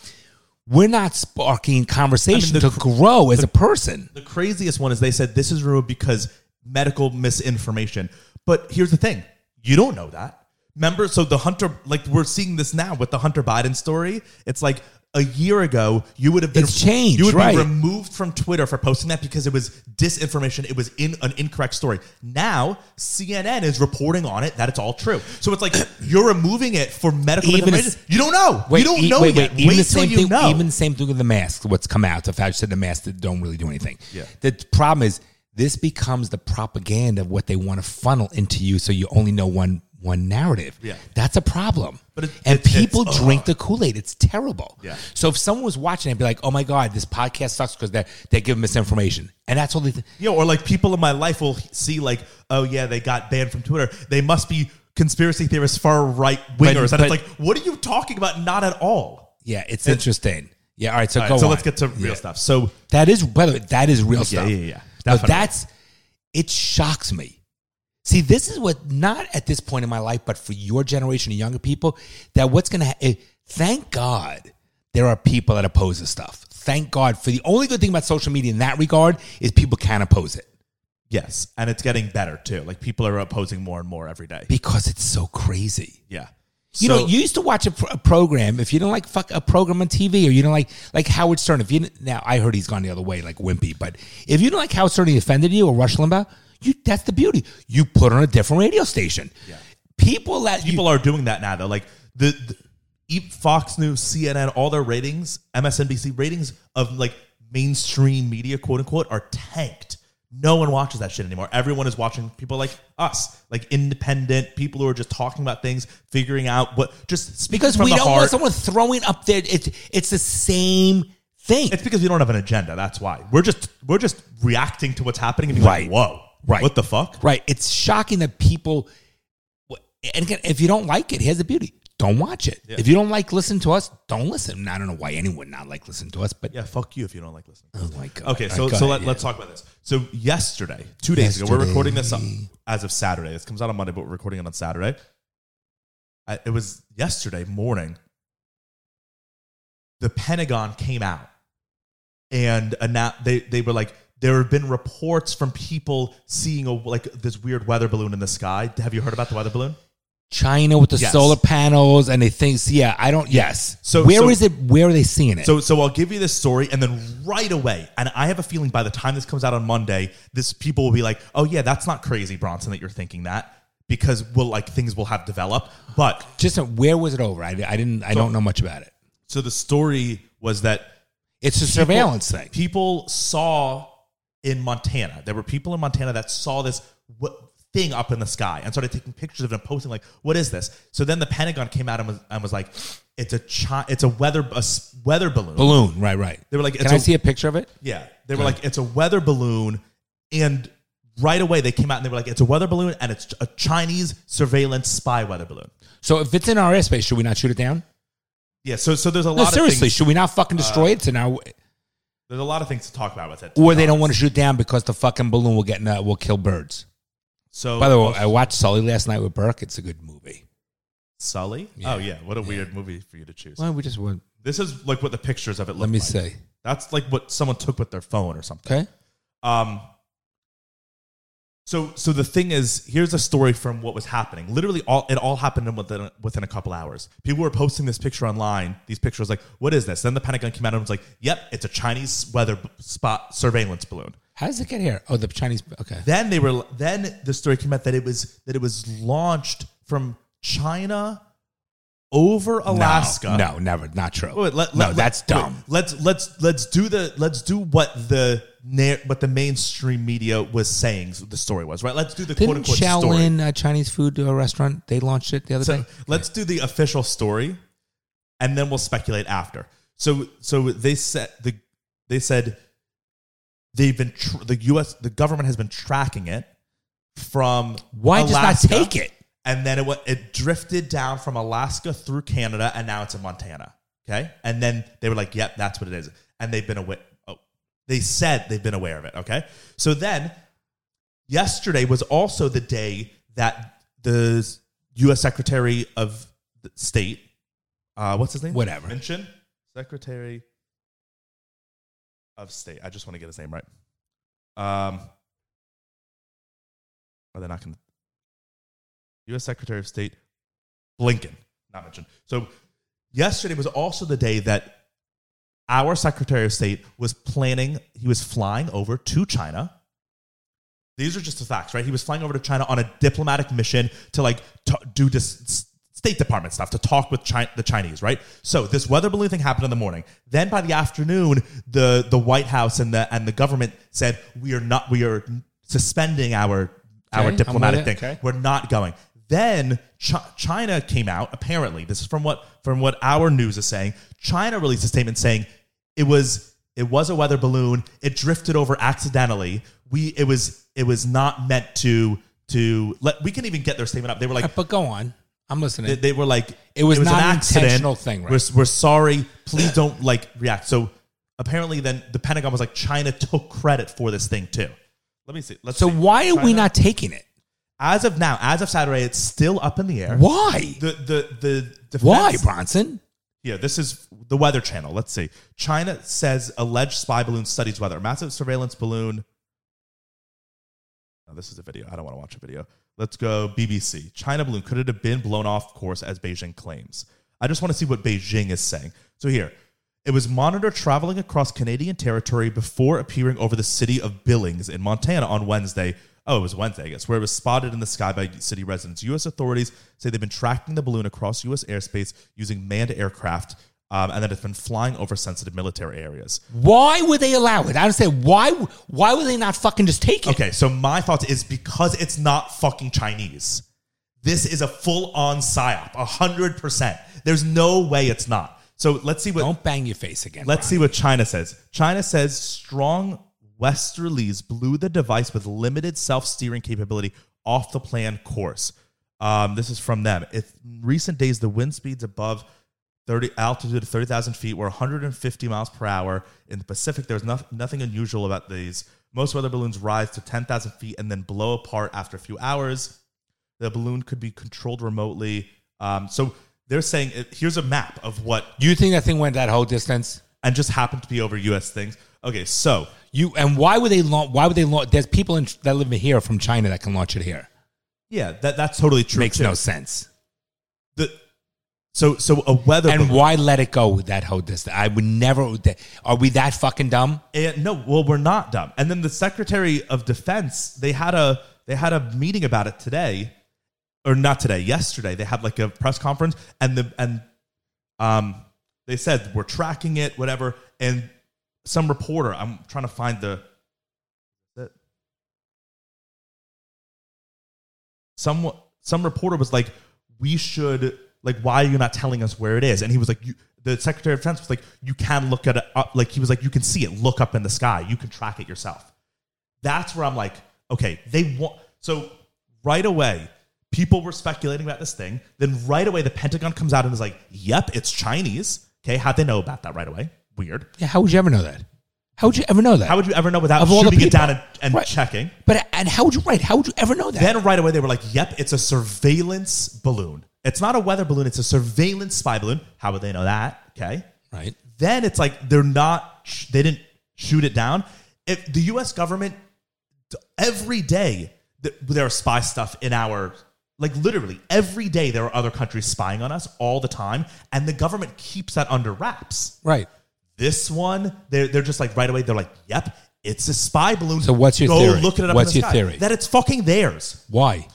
A: we're not sparking conversation
B: I mean,
A: to
B: the cr-
A: grow as a person.
B: the craziest one is they said this is removed because medical misinformation. But here's the thing: you don't know that. Remember, so the Hunter, like we're seeing this now with the Hunter Biden story. It's like a year ago, you would have been
A: It's changed,
B: You would
A: right.
B: be removed from Twitter for posting that because it was disinformation. It was in an incorrect story. Now CNN is reporting on it that it's all true. So it's like you're removing it for medical
A: Even
B: information.
A: if-
B: you don't know.
A: Wait,
B: you don't
A: e-
B: know
A: wait,
B: yet.
A: Wait, even the
B: till
A: same
B: you
A: thing.
B: know.
A: Even the same thing with the mask. What's come out? The fact said the masks that don't really do anything.
B: Yeah.
A: The t- problem is this becomes the propaganda of what they want to funnel into you, so you only know one one narrative.
B: Yeah.
A: That's a problem.
B: But it-
A: and
B: it- it's-
A: people
B: ugh.
A: drink the Kool Aid. It's terrible.
B: Yeah.
A: So if someone was watching, I'd be like, "Oh my god, this podcast sucks because they they give misinformation," and that's all they. Th-
B: Yeah, or like people in my life will see like, oh yeah, they got banned from Twitter. They must be conspiracy theorists, far right wingers.
A: But-
B: And
A: but-
B: it's like, what are you talking about? Not at all.
A: yeah, it's interesting. Yeah. All right. So
B: All
A: go
B: right, so
A: on.
B: let's get to real
A: Yeah.
B: stuff. So
A: That is, by the way, that is real stuff.
B: yeah, yeah.
A: No,
B: Definitely.
A: that's it. Shocks me. See, this is what not at this point in my life, but for your generation of younger people, that what's going to. Ha- eh, thank God there are people that oppose this stuff. Thank God for the only good thing about social media in that regard is people can oppose it
B: yes, and it's getting better too. Like people are opposing more and more every day.
A: because it's so crazy.
B: Yeah,
A: You
B: So-
A: know, you used to watch a, pr- a program. If you didn't like fuck a program on TV, or you do not like like Howard Stern, if you didn't, now I heard he's gone the other way, like Wimpy. But if you didn't like Howard Stern, he offended you, or Rush Limbaugh, you that's the beauty. You put on a different radio station. People that you
B: people are doing that now though. Like the, the e- Fox News, CNN, all their ratings, MSNBC ratings of like mainstream media, quote unquote, are tanked. No one watches that shit anymore. Everyone is watching people like us, like independent people who are just talking about things, figuring out what just speaking
A: because
B: from
A: we
B: the
A: don't want
B: heart.
A: someone throwing up their. It's it's the same thing.
B: it's because we don't have an agenda. That's why we're just we're just reacting to what's happening and being
A: Right.
B: like, whoa,
A: Right.
B: what the fuck?
A: Right. It's shocking that people, and again, if you don't like it, here's the beauty. Don't watch it. If you don't like listen to us, don't listen. I don't know why anyone would not like listen to us, but
B: Yeah, fuck you if you don't like listening.
A: oh my god.
B: Okay,
A: All
B: so
A: right, go
B: so
A: ahead,
B: let,
A: yeah.
B: let's talk about this. So yesterday, two days ago, we're
A: Yesterday.
B: recording this up as of Saturday. This comes out on Monday, but we're recording it on Saturday. I, it was yesterday morning. The Pentagon came out and annou- they they were like there have been reports from people seeing a like this weird weather balloon in the sky. Have you heard about the weather balloon?
A: China with the
B: Yes.
A: solar panels and they think, yeah, I don't. Yes.
B: So-
A: where is
B: so-
A: it? Where are they seeing it?
B: So, so I'll give you this story, and then right away, and I have a feeling by the time this comes out on Monday, this people will be like, "Oh yeah, that's not crazy, Bronson, that you're thinking that," because we'll like things will have developed. But
A: just where was it over? I, I didn't. I don't know much about it.
B: so the story was that
A: It's a surveillance thing.
B: people saw in Montana, there were people in Montana that saw this what, thing up in the sky and started taking pictures of it and posting like, "What is this?" So then the Pentagon came out and was, and was like, "It's a chi- it's a weather a s- weather balloon."
A: Balloon. Right. Right.
B: They were like,
A: Oh. Can
B: "It's
A: I
B: a-
A: see a picture of it?
B: Yeah. They were like, it's a weather balloon. And right away they came out and they were like, it's a weather balloon and it's a Chinese surveillance spy weather balloon.
A: So if it's in our airspace, should we not shoot it down?
B: Yeah. So, so there's a
A: No,
B: lot of
A: seriously,
B: things, uh,
A: should we not fucking destroy it? To now,
B: there's a lot of things to talk about with it.
A: or they don't want to shoot it down because the fucking balloon will get in, uh, will kill birds.
B: So
A: By the way, I watched Sully last night with Burke. It's a good movie.
B: Sully.
A: Yeah.
B: Oh yeah. What a weird movie for you to choose.
A: Well, we just went.
B: This is like what the pictures of it look
A: Let me
B: like.
A: say.
B: That's like what someone took with their phone or something.
A: Okay.
B: Um, so, so the thing is, here's a story from what was happening. Literally, all it all happened in within within a couple hours. People were posting this picture online. These pictures, like, what is this? Then the Pentagon came out and was like, "Yep, it's a Chinese weather b- spot surveillance balloon."
A: How does it get here? Oh, the Chinese. Okay.
B: Then they were. Then the story came out that it was that it was launched from China over Alaska.
A: No, no never. Not true.
B: Wait, let-
A: no,
B: let-
A: that's
B: wait,
A: dumb.
B: let's let's let's do the let's do what the na- what the mainstream media was saying the story was right. Let's do the quote
A: Didn't
B: unquote story.
A: Shaolin uh, Chinese food uh, restaurant? They launched it the other
B: So
A: day.
B: let's do the official story, and then we'll speculate after. So so they said the they said they've been tr- the U.S. the government has been tracking it from
A: Why just not
B: Alaska,
A: take it?
B: and then it went, it drifted down from Alaska through Canada, and now it's in Montana. Okay, and then they were like, "Yep, that's what it is," and they've been aware. Oh, they said they've been aware of it. Okay, so then yesterday was also the day that the U.S. Secretary of State, uh, what's his name?
A: Whatever.
B: Mention Secretary of State. I just want to get his name right. Um, are they not going to? U.S. Secretary of State Blinken, not mentioned. So yesterday was also the day that Our Secretary of State was planning, he was flying over to China. These are just the facts, right? He was flying over to China on a diplomatic mission to like t- do dis- s- State Department stuff, to talk with Chi- the Chinese, right? So this weather balloon thing happened in the morning. Then by the afternoon, the the White House and the and the government said we are not we are suspending our our
A: Okay, I'm
B: diplomatic
A: with
B: thing.
A: it, okay.
B: We're not going. Then Ch- China came out. Apparently, this is from what from what our news is saying. China released a statement saying it was it was a weather balloon. It drifted over accidentally. We it was it was not meant to to let. We can even get their statement up. They were like
A: But go on. I'm listening.
B: they, they were like
A: It was not an intentional thing, right?
B: We're, we're sorry. Please don't like react. So apparently, then the Pentagon was like China took credit for this thing too. Let me see. Let's
A: so
B: see.
A: why are we
B: China-
A: not taking it?
B: As of now, as of Saturday, it's still up in the air.
A: Why?
B: The the the defense,
A: Why, Bronson?
B: Yeah, this is the Weather Channel. Let's see. China says alleged spy balloon studies weather. Massive surveillance balloon. No, this is a video. I don't want to watch a video. Let's go BBC. China balloon. Could it have been blown off course as Beijing claims? I just want to see what Beijing is saying. So here, it was monitored traveling across Canadian territory before appearing over the city of Billings in Montana on Wednesday. Oh, it was Wednesday, I guess, where it was spotted in the sky by city residents. U.S. authorities say they've been tracking the balloon across U.S. airspace using manned aircraft, um, and that it's been flying over sensitive military areas.
A: Why would they allow it? I don't say why. Why would they not fucking just take it?
B: Okay, so my thoughts is because it's not fucking Chinese. This is a full on psyop, 100%. There's no way it's not. So let's see what
A: Don't bang your face again.
B: let's see what China says. China says strong westerlies blew the device with limited self-steering capability off the planned course. Um, this is from them. If in recent days the wind speeds above 30 altitude of 30,000 feet were 150 miles per hour in the Pacific. There's no, nothing unusual about these. Most weather balloons rise to 10,000 feet and then blow apart after a few hours. The balloon could be controlled remotely. Um, so they're saying uh, here's a map of what
A: You think that thing went that whole distance?
B: and just happened to be over U.S. things. Okay, so
A: You and why would they launch? Why would they launch? There's people in, that live here from China that can launch it here.
B: yeah, that that's totally true.
A: Makes
B: too.
A: no sense.
B: The- so so a weather
A: And
B: balloon-
A: why let it go with that whole distance? I would never. Are we that fucking dumb?
B: and Eh, no, well, we're not dumb. And then the Secretary of Defense, they had a they had a meeting about it today, or not today, yesterday. They had like a press conference, and the and um they said we're tracking it, whatever. And some reporter, I'm trying to find the that some some reporter was like, we should like, why are you not telling us where it is? And he was like, you, the Secretary of Defense was like, you can look at it up. Like he was like, you can see it. Look up in the sky. You can track it yourself. That's where I'm like, okay, they want so right away. People were speculating about this thing. Then right away, the Pentagon comes out and is like, "Yep, it's Chinese." Okay, how'd they know about that right away? Weird.
A: Yeah, how would you ever know that? How would you ever know that?
B: How would you ever know without
A: Of all the
B: shooting it
A: people.
B: down and, and
A: Right.
B: checking?
A: but and how would you right? How would you ever know that?
B: Then right away they were like, "Yep, it's a surveillance balloon. It's not a weather balloon. It's a surveillance spy balloon." How would they know that? Okay.
A: right.
B: Then it's like they're not. They didn't shoot it down. If the U.S. government every day th- there are spy stuff in our like literally every day there are other countries spying on us all the time, and the government keeps that under wraps.
A: Right.
B: This one, they're, they're just like right away, they're like, yep, it's a spy balloon.
A: So what's your
B: Go
A: theory?
B: look at it up
A: What's
B: in the
A: your
B: sky.
A: theory?
B: That it's fucking theirs.
A: Why?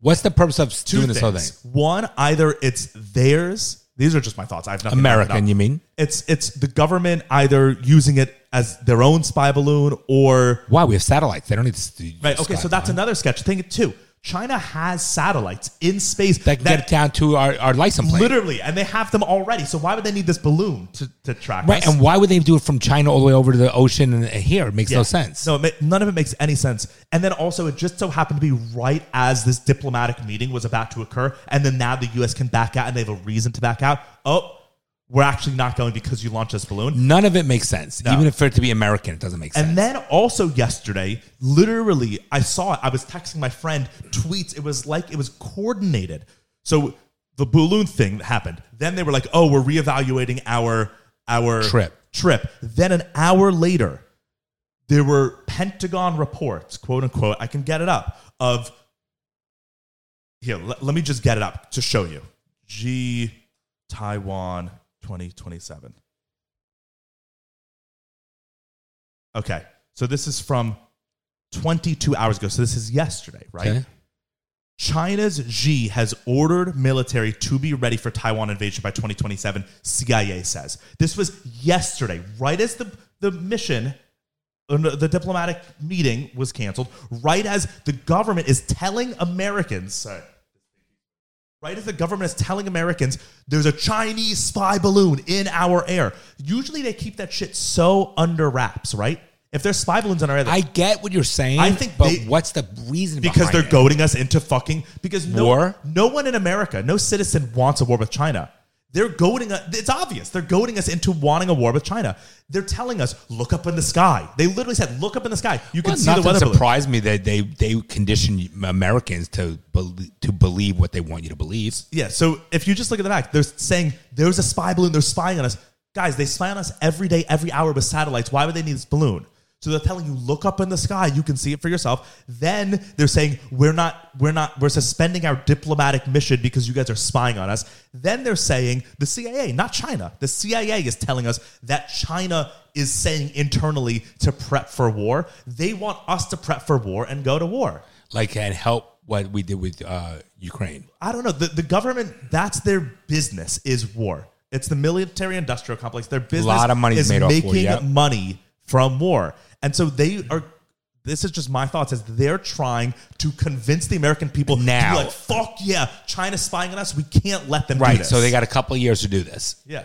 A: What's the purpose of
B: Two
A: doing this whole thing?
B: things. One, either it's theirs. These are just my thoughts. I have nothing. backed
A: American,
B: up.
A: you mean?
B: It's it's the government either using it as their own spy balloon or
A: Why we have satellites? They don't need to.
B: right. Okay, so that's another sketch thing. Two, China has satellites in space
A: that can get down to our, our license plate.
B: literally, and they have them already. So why would they need this balloon to, to track
A: Right,
B: us?
A: and why would they do it from China all the way over to the ocean and and here? It makes no
B: Yeah.
A: sense.
B: No, it ma- none of it makes any sense. And then also, it just so happened to be right as this diplomatic meeting was about to occur. And then now the U.S. can back out and they have a reason to back out. Oh, we're actually not going because you launched this balloon.
A: None of it makes sense.
B: No.
A: Even if for it to be American, it doesn't make sense.
B: And then also yesterday, literally, I saw it. I was texting my friend tweets. It was like it was coordinated. So the balloon thing happened. Then they were like, "Oh, we're reevaluating our our
A: Trip.
B: Trip." Then an hour later, there were Pentagon reports, quote unquote. I can get it up of here. Let, let me just get it up to show you. G Taiwan twenty twenty seven. Okay. So this is from 22 hours ago. So this is yesterday, right?
A: Okay.
B: China's Xi has ordered military to be ready for Taiwan invasion by 2027, CIA says. This was yesterday, right as the, the mission, uh, no, the diplomatic meeting was canceled, right as the government is telling Americans, sorry, right as the government is telling Americans there's a Chinese spy balloon in our air. Usually they keep that shit so under wraps, right? If there's spy balloons in our air,
A: I get what you're saying.
B: I think
A: but
B: they-
A: what's the reason?
B: because
A: behind
B: they're
A: it?
B: goading us into fucking because no,
A: War?
B: no one in America, no citizen wants a war with China. They're goading us. It's obvious. They're goading us into wanting a war with China. They're telling us, look up in the sky. They literally said, look up in the sky. You can
A: Well,
B: see the
A: nothing
B: weather balloon.
A: surprised me that they they condition Americans to believe, to believe what they want you to believe.
B: Yeah. So if you just look at the back, they're saying there's a spy balloon. They're spying on us. Guys, they spy on us every day, every hour with satellites. Why would they need this balloon? So they're telling you, look up in the sky. You can see it for yourself. Then they're saying we're not, we're not, we're suspending our diplomatic mission because you guys are spying on us. Then they're saying the CIA, not China. The CIA is telling us that China is saying internally to prep for war. They want us to prep for war and go to war.
A: Like and help what we did with uh, Ukraine.
B: I don't know. The, the government, that's their business is war. It's the military industrial complex. Their business
A: Lot of money's
B: is
A: made off war,
B: making
A: yeah.
B: money from war. And so they are this is just my thoughts is they're trying to convince the American people to
A: Now.
B: be like, fuck yeah, China's spying on us. We can't let them do
A: Right.
B: this.
A: So they got a couple of years to do this.
B: Yeah.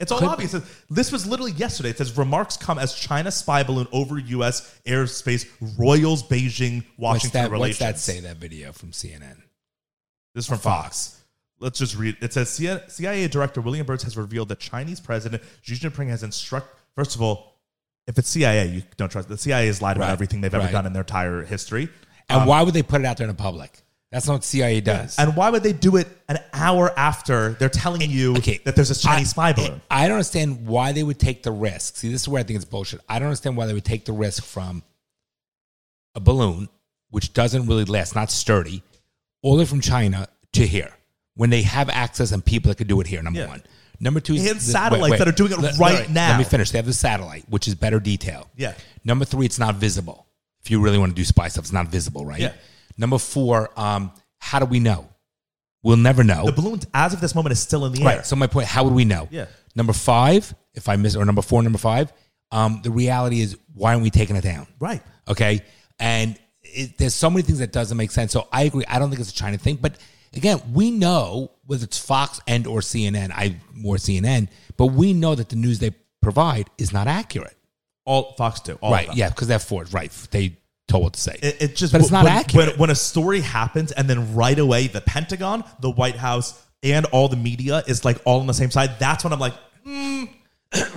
B: It's all obvious. This was literally yesterday. It says remarks come as China spy balloon over US airspace royals Beijing
A: What's
B: Washington
A: that? What's
B: relations.
A: that say? That video from CNN.
B: This is from Fox. Let's just read. It says "CIA CIA Director William Burns has revealed that Chinese President Xi Jinping has instruct. First of all, if it's CIA, you don't trust. The CIA has lied about
A: Right,
B: everything they've ever
A: right.
B: done in their entire history. Um,
A: And why would they put it out there in the public? That's not what CIA does.
B: And why would they do it an hour after they're telling you
A: okay.
B: that there's a Chinese spy balloon?
A: I don't understand why they would take the risk. See, this is where I think it's bullshit. I don't understand why they would take the risk from a balloon, which doesn't really last, not sturdy, all the way from China to here when they have access and people that could do it here. Number
B: Yeah.
A: one. Number two is
B: And satellites that are doing it
A: Let-
B: right
A: let-
B: now.
A: Let me finish. They have the satellite, which is better detail.
B: Yeah.
A: Number three, it's not visible. If you really want to do spy stuff, it's not visible, right?
B: Yeah.
A: Number four, um, how do we know? We'll never know.
B: the balloon, as of this moment, is still in the air.
A: Right. So my point, how would we know?
B: Yeah.
A: Number five, if I miss, or number four, number five, um, the reality is why aren't we taking it down?
B: right.
A: Okay. And it, there's so many things that doesn't make sense. So I agree. I don't think it's a China thing, but again, we know whether it's Fox and or CNN, I more CNN, but we know that the news they provide is not accurate.
B: All Fox do. All of
A: right.
B: them.
A: Yeah. Because they're forged. Right. They told what to say.
B: It, it just
A: But it's not
B: when,
A: accurate.
B: When, when a story happens, and then right away, the Pentagon, the White House, and all the media is like all on the same side. That's when I'm like, hmm,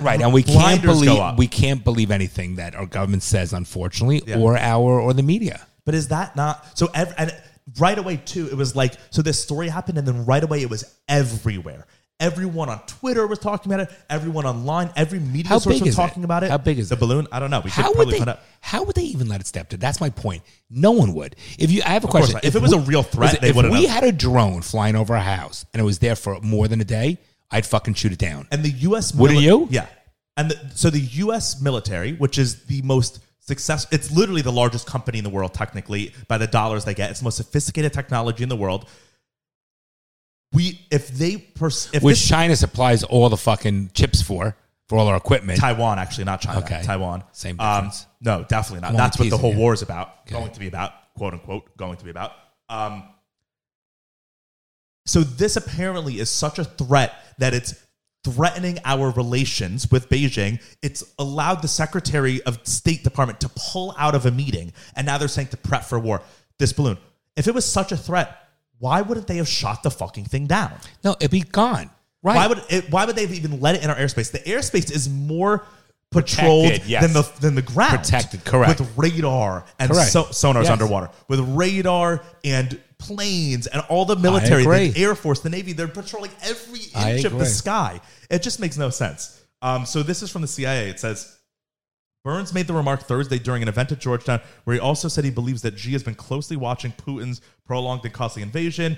A: right and we can't
B: blinders go
A: believe
B: up.
A: we can't believe anything that our government says unfortunately
B: Yeah.
A: or our or the media
B: but is that not so? Ev- and right away too, it was like so. This story happened, and then right away, it was everywhere. Everyone on Twitter was talking about it. Everyone online, every media
A: How
B: source
A: big
B: was
A: is it?
B: talking about it.
A: How big is
B: the
A: it?
B: balloon? I don't know. We should
A: How would
B: probably
A: they?
B: put up.
A: How would they even let it step to? That's my point. No one would. If you, I have a
B: course
A: question.
B: not. If it was a real threat,
A: listen,
B: they
A: if
B: wouldn't
A: we had
B: have.
A: a drone flying over our house and it was there for more than a day, I'd fucking shoot it down.
B: and the U.S.
A: What are
B: mili-
A: you?
B: Yeah, and the, so the U.S. military, which is the most successful, it's literally the largest company in the world technically by the dollars they get. It's the most sophisticated technology in the world. We, if they, pers- if
A: Which
B: this-
A: China supplies all the fucking chips for for all our equipment.
B: Taiwan actually, not China,
A: Okay.
B: Taiwan,
A: Same
B: Um,
A: difference.
B: no, definitely not.
A: I'm only
B: That's what the
A: teasing
B: whole
A: you.
B: war is about. Going to be about, quote unquote, going to be about. Um, So this apparently is such a threat that it's threatening our relations with Beijing. It's allowed the Secretary of State Department to pull out of a meeting, and now they're saying to prep for war. This balloon. If it was such a threat, why wouldn't they have shot the fucking thing down?
A: No, it'd be gone. Right?
B: Why would it, why would they have even let it in our airspace? The airspace is more patrolled
A: Protected, yes.
B: than the than the ground.
A: Protected, correct.
B: With radar and
A: Correct.
B: so, sonars
A: Yes.
B: underwater, with radar and planes and all the military,
A: agree.
B: the Air Force, the Navy, they're patrolling every
A: I
B: inch of the
A: agree.
B: sky. It just makes no sense. Um, so this is from the CIA. It says. Burns made the remark Thursday during an event at Georgetown where he also said he believes that Xi has been closely watching Putin's prolonged and costly invasion.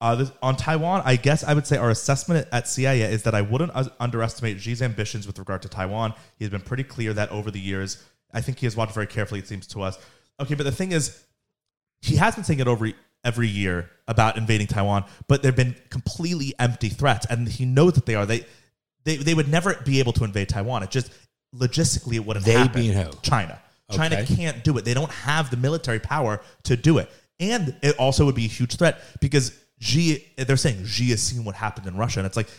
B: Uh, this, on Taiwan, I guess I would say our assessment at CIA is that I wouldn't us- underestimate Xi's ambitions with regard to Taiwan. He has been pretty clear that over the years I think he has watched very carefully, it seems to us. Okay, but the thing is, he has been saying it over every year about invading Taiwan, but they've been completely empty threats, and he knows that they are. They they, they would never be able to invade Taiwan. It just logistically it wouldn't
A: They
B: happen.
A: being who?
B: China. China
A: Okay.
B: can't do it. They don't have the military power to do it. And it also would be a huge threat because Xi they're saying Xi has seen what happened in Russia. And it's like,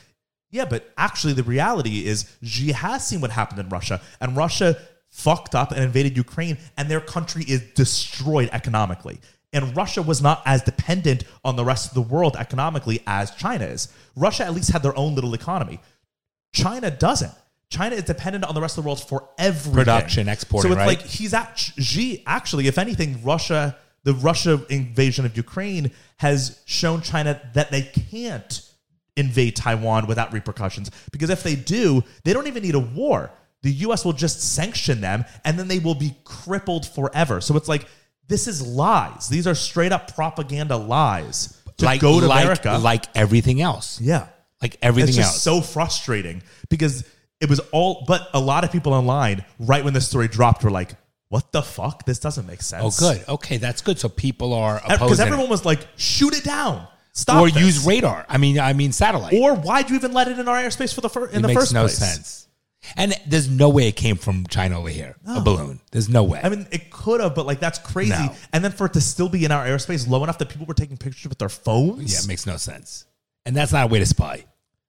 B: yeah, but actually the reality is Xi has seen what happened in Russia. And Russia fucked up and invaded Ukraine and their country is destroyed economically. And Russia was not as dependent on the rest of the world economically as China is. Russia at least had their own little economy. China doesn't. China is dependent on the rest of the world for everything.
A: Production, exporting,
B: So it's
A: right?
B: like he's at Xi. Actually, if anything, Russia, the Russia invasion of Ukraine has shown China that they can't invade Taiwan without repercussions. Because if they do, they don't even need a war. The U.S. will just sanction them, and then they will be crippled forever. So it's like this is lies. These are straight up propaganda lies to go to
A: like,
B: America.
A: like everything else.
B: yeah,
A: Like everything
B: it's
A: else.
B: just so frustrating because it was all, but a lot of people online, right when this story dropped, were like, what the fuck? This doesn't make
A: oh,
B: sense.
A: good. Okay, that's good. So people are
B: Because
A: opposing it.
B: everyone was like, shoot it down. Stop.
A: or
B: this.
A: use radar. I mean, I mean satellite.
B: Or why'd you even let it in our airspace for the fir- in
A: it
B: the
A: makes
B: first
A: no
B: place?
A: sense. And there's no way it came from China over here. A balloon. There's no way.
B: I mean, it could have, but like that's crazy.
A: No.
B: And then for it to still be in our airspace low enough that people were taking pictures with their phones.
A: yeah, it makes no sense. And that's not a way to spy.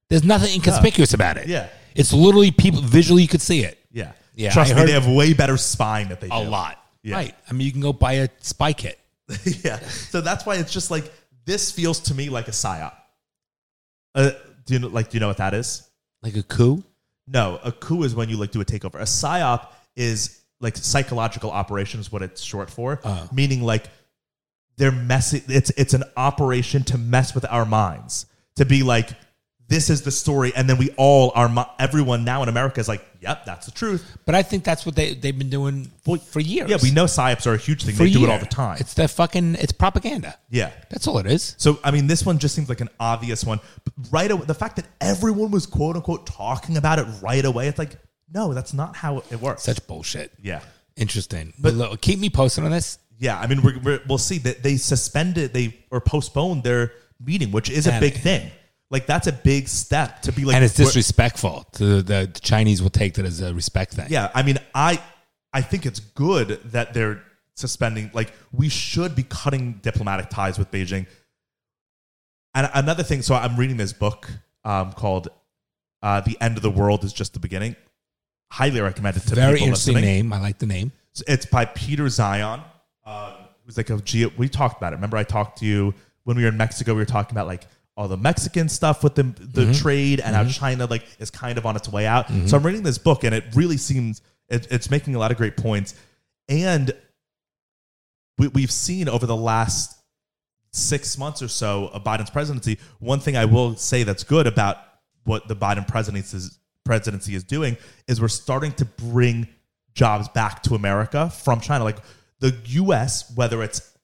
A: There's nothing inconspicuous about it.
B: Yeah.
A: It's literally people visually you could see it.
B: yeah,
A: Yeah,
B: Trust
A: I
B: me,
A: heard-
B: they have way better spying that they
A: A
B: do.
A: lot.
B: Yeah.
A: Right. I mean, you can go buy a spy kit.
B: yeah. So that's why it's just like this feels to me like a psyop. Uh, do you know, like do you know what that is?
A: Like a coup?
B: No, a coup is when you like do a takeover. A psyop is like psychological operations, what it's short for,
A: Uh-huh.
B: meaning like they're messing. It's it's an operation to mess with our minds, to be like. This is the story, and then we all are. Everyone now in America is like, "Yep, that's the truth."
A: But I think that's what they, they've been doing for, for years.
B: Yeah, we know psyops are a huge thing.
A: For
B: they do it all
A: years.
B: the time.
A: It's the fucking, it's propaganda.
B: yeah,
A: That's all it is.
B: So I mean, this one just seems like an obvious one. But right away, the fact that everyone was quote unquote talking about it right away, it's like, no, that's not how it works.
A: Such bullshit.
B: yeah,
A: Interesting. But look, keep me posted on this.
B: yeah. I mean, we're, we're, we'll see that they suspended, they or postponed their meeting, which is a
A: And-
B: big thing. Like that's a big step to be like,
A: and it's
B: we're-
A: disrespectful to the, the Chinese will take that as a respect thing.
B: yeah. I mean, I I think it's good that they're suspending. Like we should be cutting diplomatic ties with Beijing. And another thing, so I'm reading this book um, called uh, "The End of the World Is Just the Beginning." Highly recommended to
A: Very
B: people
A: interesting
B: listening.
A: name. I like the name.
B: It's by Peter Zion, um, who's like a geo. We talked about it. Remember, I talked to you when we were in Mexico. We were talking about like all the Mexican stuff with the the trade and how China like is kind of on its way out. So I'm reading this book, and it really seems it, it's making a lot of great points. And we, we've seen over the last six months or so of Biden's presidency, one thing I will say that's good about what the Biden presidency is, presidency is doing is we're starting to bring jobs back to America from China. Like the US, whether it's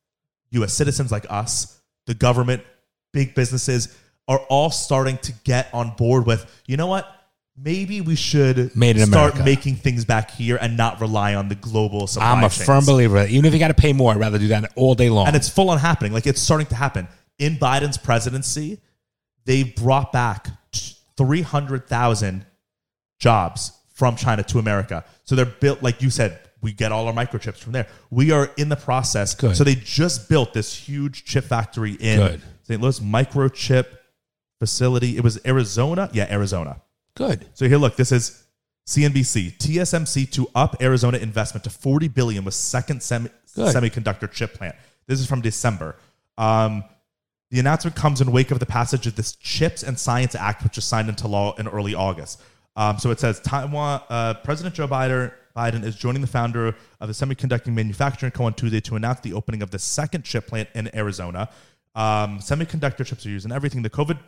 B: US citizens like us, the government, big businesses, are all starting to get on board with, you know what? Maybe we should
A: Made in
B: start
A: America.
B: making things back here and not rely on the global supply
A: I'm a
B: chains.
A: firm believer. Even if you got to pay more, I'd rather do that all day long.
B: And it's full on happening. Like it's starting to happen. In Biden's presidency, they brought back 300,000 jobs from China to America. So they're built, like you said, we get all our microchips from there. We are in the process.
A: Good.
B: So they just built this huge chip factory in
A: Good.
B: St. Louis, microchip facility. It was Arizona. Yeah, Arizona.
A: Good.
B: So here, look, this is CNBC. TSMC to up Arizona investment to 40 billion with second semi-
A: Good.
B: semiconductor chip plant. This is from December. Um, the announcement comes in wake of the passage of this Chips and Science Act, which was signed into law in early August. Um, so it says Taiwan uh, President Joe Biden, Biden is joining the founder of the semiconductor manufacturing co on Tuesday to announce the opening of the second chip plant in Arizona. Um, semiconductor chips are used in everything. The COVID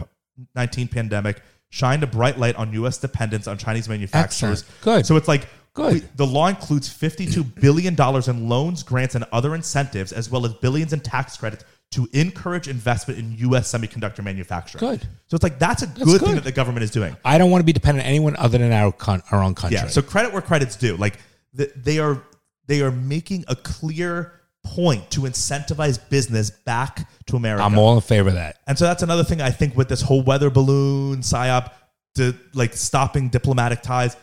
B: nineteen pandemic shined a bright light on U.S. dependence on Chinese manufacturers.
A: Excellent. Good.
B: So it's like
A: Good.
B: we- the law includes $52 billion in loans, grants, and other incentives, as well as billions in tax credits to encourage investment in U.S. semiconductor manufacturing.
A: Good.
B: So it's like that's a good, thing
A: good.
B: that the government is doing.
A: I don't want to be dependent on anyone other than our con- our own country.
B: Yeah. So credit where credit's due. Like th- they are They are making a clear point to incentivize business back to America.
A: I'm all in favor of that.
B: And so that's another thing I think with this whole weather balloon psyop, to like stopping diplomatic ties.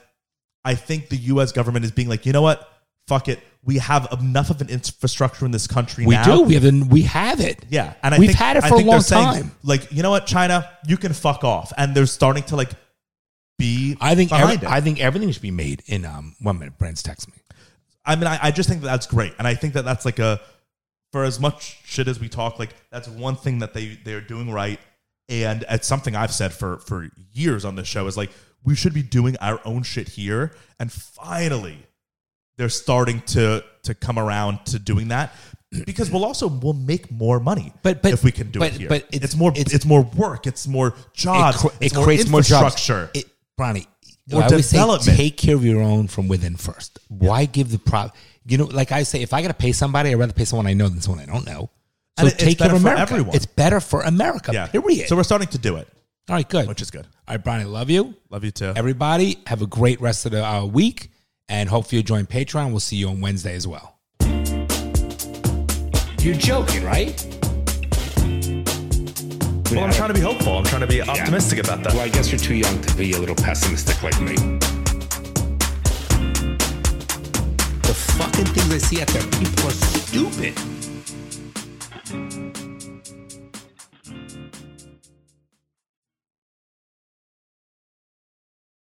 B: I think the U.S. government is being like, you know what? Fuck it. We have enough of an infrastructure in this country
A: We
B: now.
A: do. We have an, we have it.
B: Yeah, and I
A: We've
B: think,
A: had it
B: I
A: for a
B: think they're
A: long
B: saying,
A: time.
B: Like, you know what, China, you can fuck off, and they're starting to like be.
A: I think
B: behind
A: every,
B: it.
A: I think everything should be made in um one minute. Brand's text me.
B: I mean, I, I just think that that's great, and I think that that's like a for as much shit as we talk, like that's one thing that they they are doing right, and it's something I've said for for years on this show is like we should be doing our own shit here, and finally they're starting to to come around to doing that because we'll also we'll make more money
A: But- but-
B: if we can do
A: but-
B: it here
A: but
B: it's,
A: it's-
B: more it's,
A: it's-
B: more work it's more jobs
A: it, cr-
B: it's
A: it creates more jobs.
B: infrastructure
A: It, Bronny,
B: More
A: I always say
B: development.
A: take care of your own from within first. Why give the prop? You know, like I say, if I got to pay somebody, I'd rather pay someone I know than someone I don't know. So
B: And it- it's
A: take care
B: better
A: of
B: for
A: America.
B: everyone.
A: It's better for America.
B: yeah
A: Period.
B: so we're starting to do it
A: All right, good.
B: which is good
A: All right, Bronny, love you.
B: love you too
A: Everybody, have a great rest of the uh, week, and hopefully you join Patreon. We'll see you on Wednesday as well. You're joking, right?
B: Well, I'm trying to be hopeful. I'm trying to be optimistic about that.
A: I guess you're too young to be a little pessimistic like me. The fucking things I see out there, people are stupid.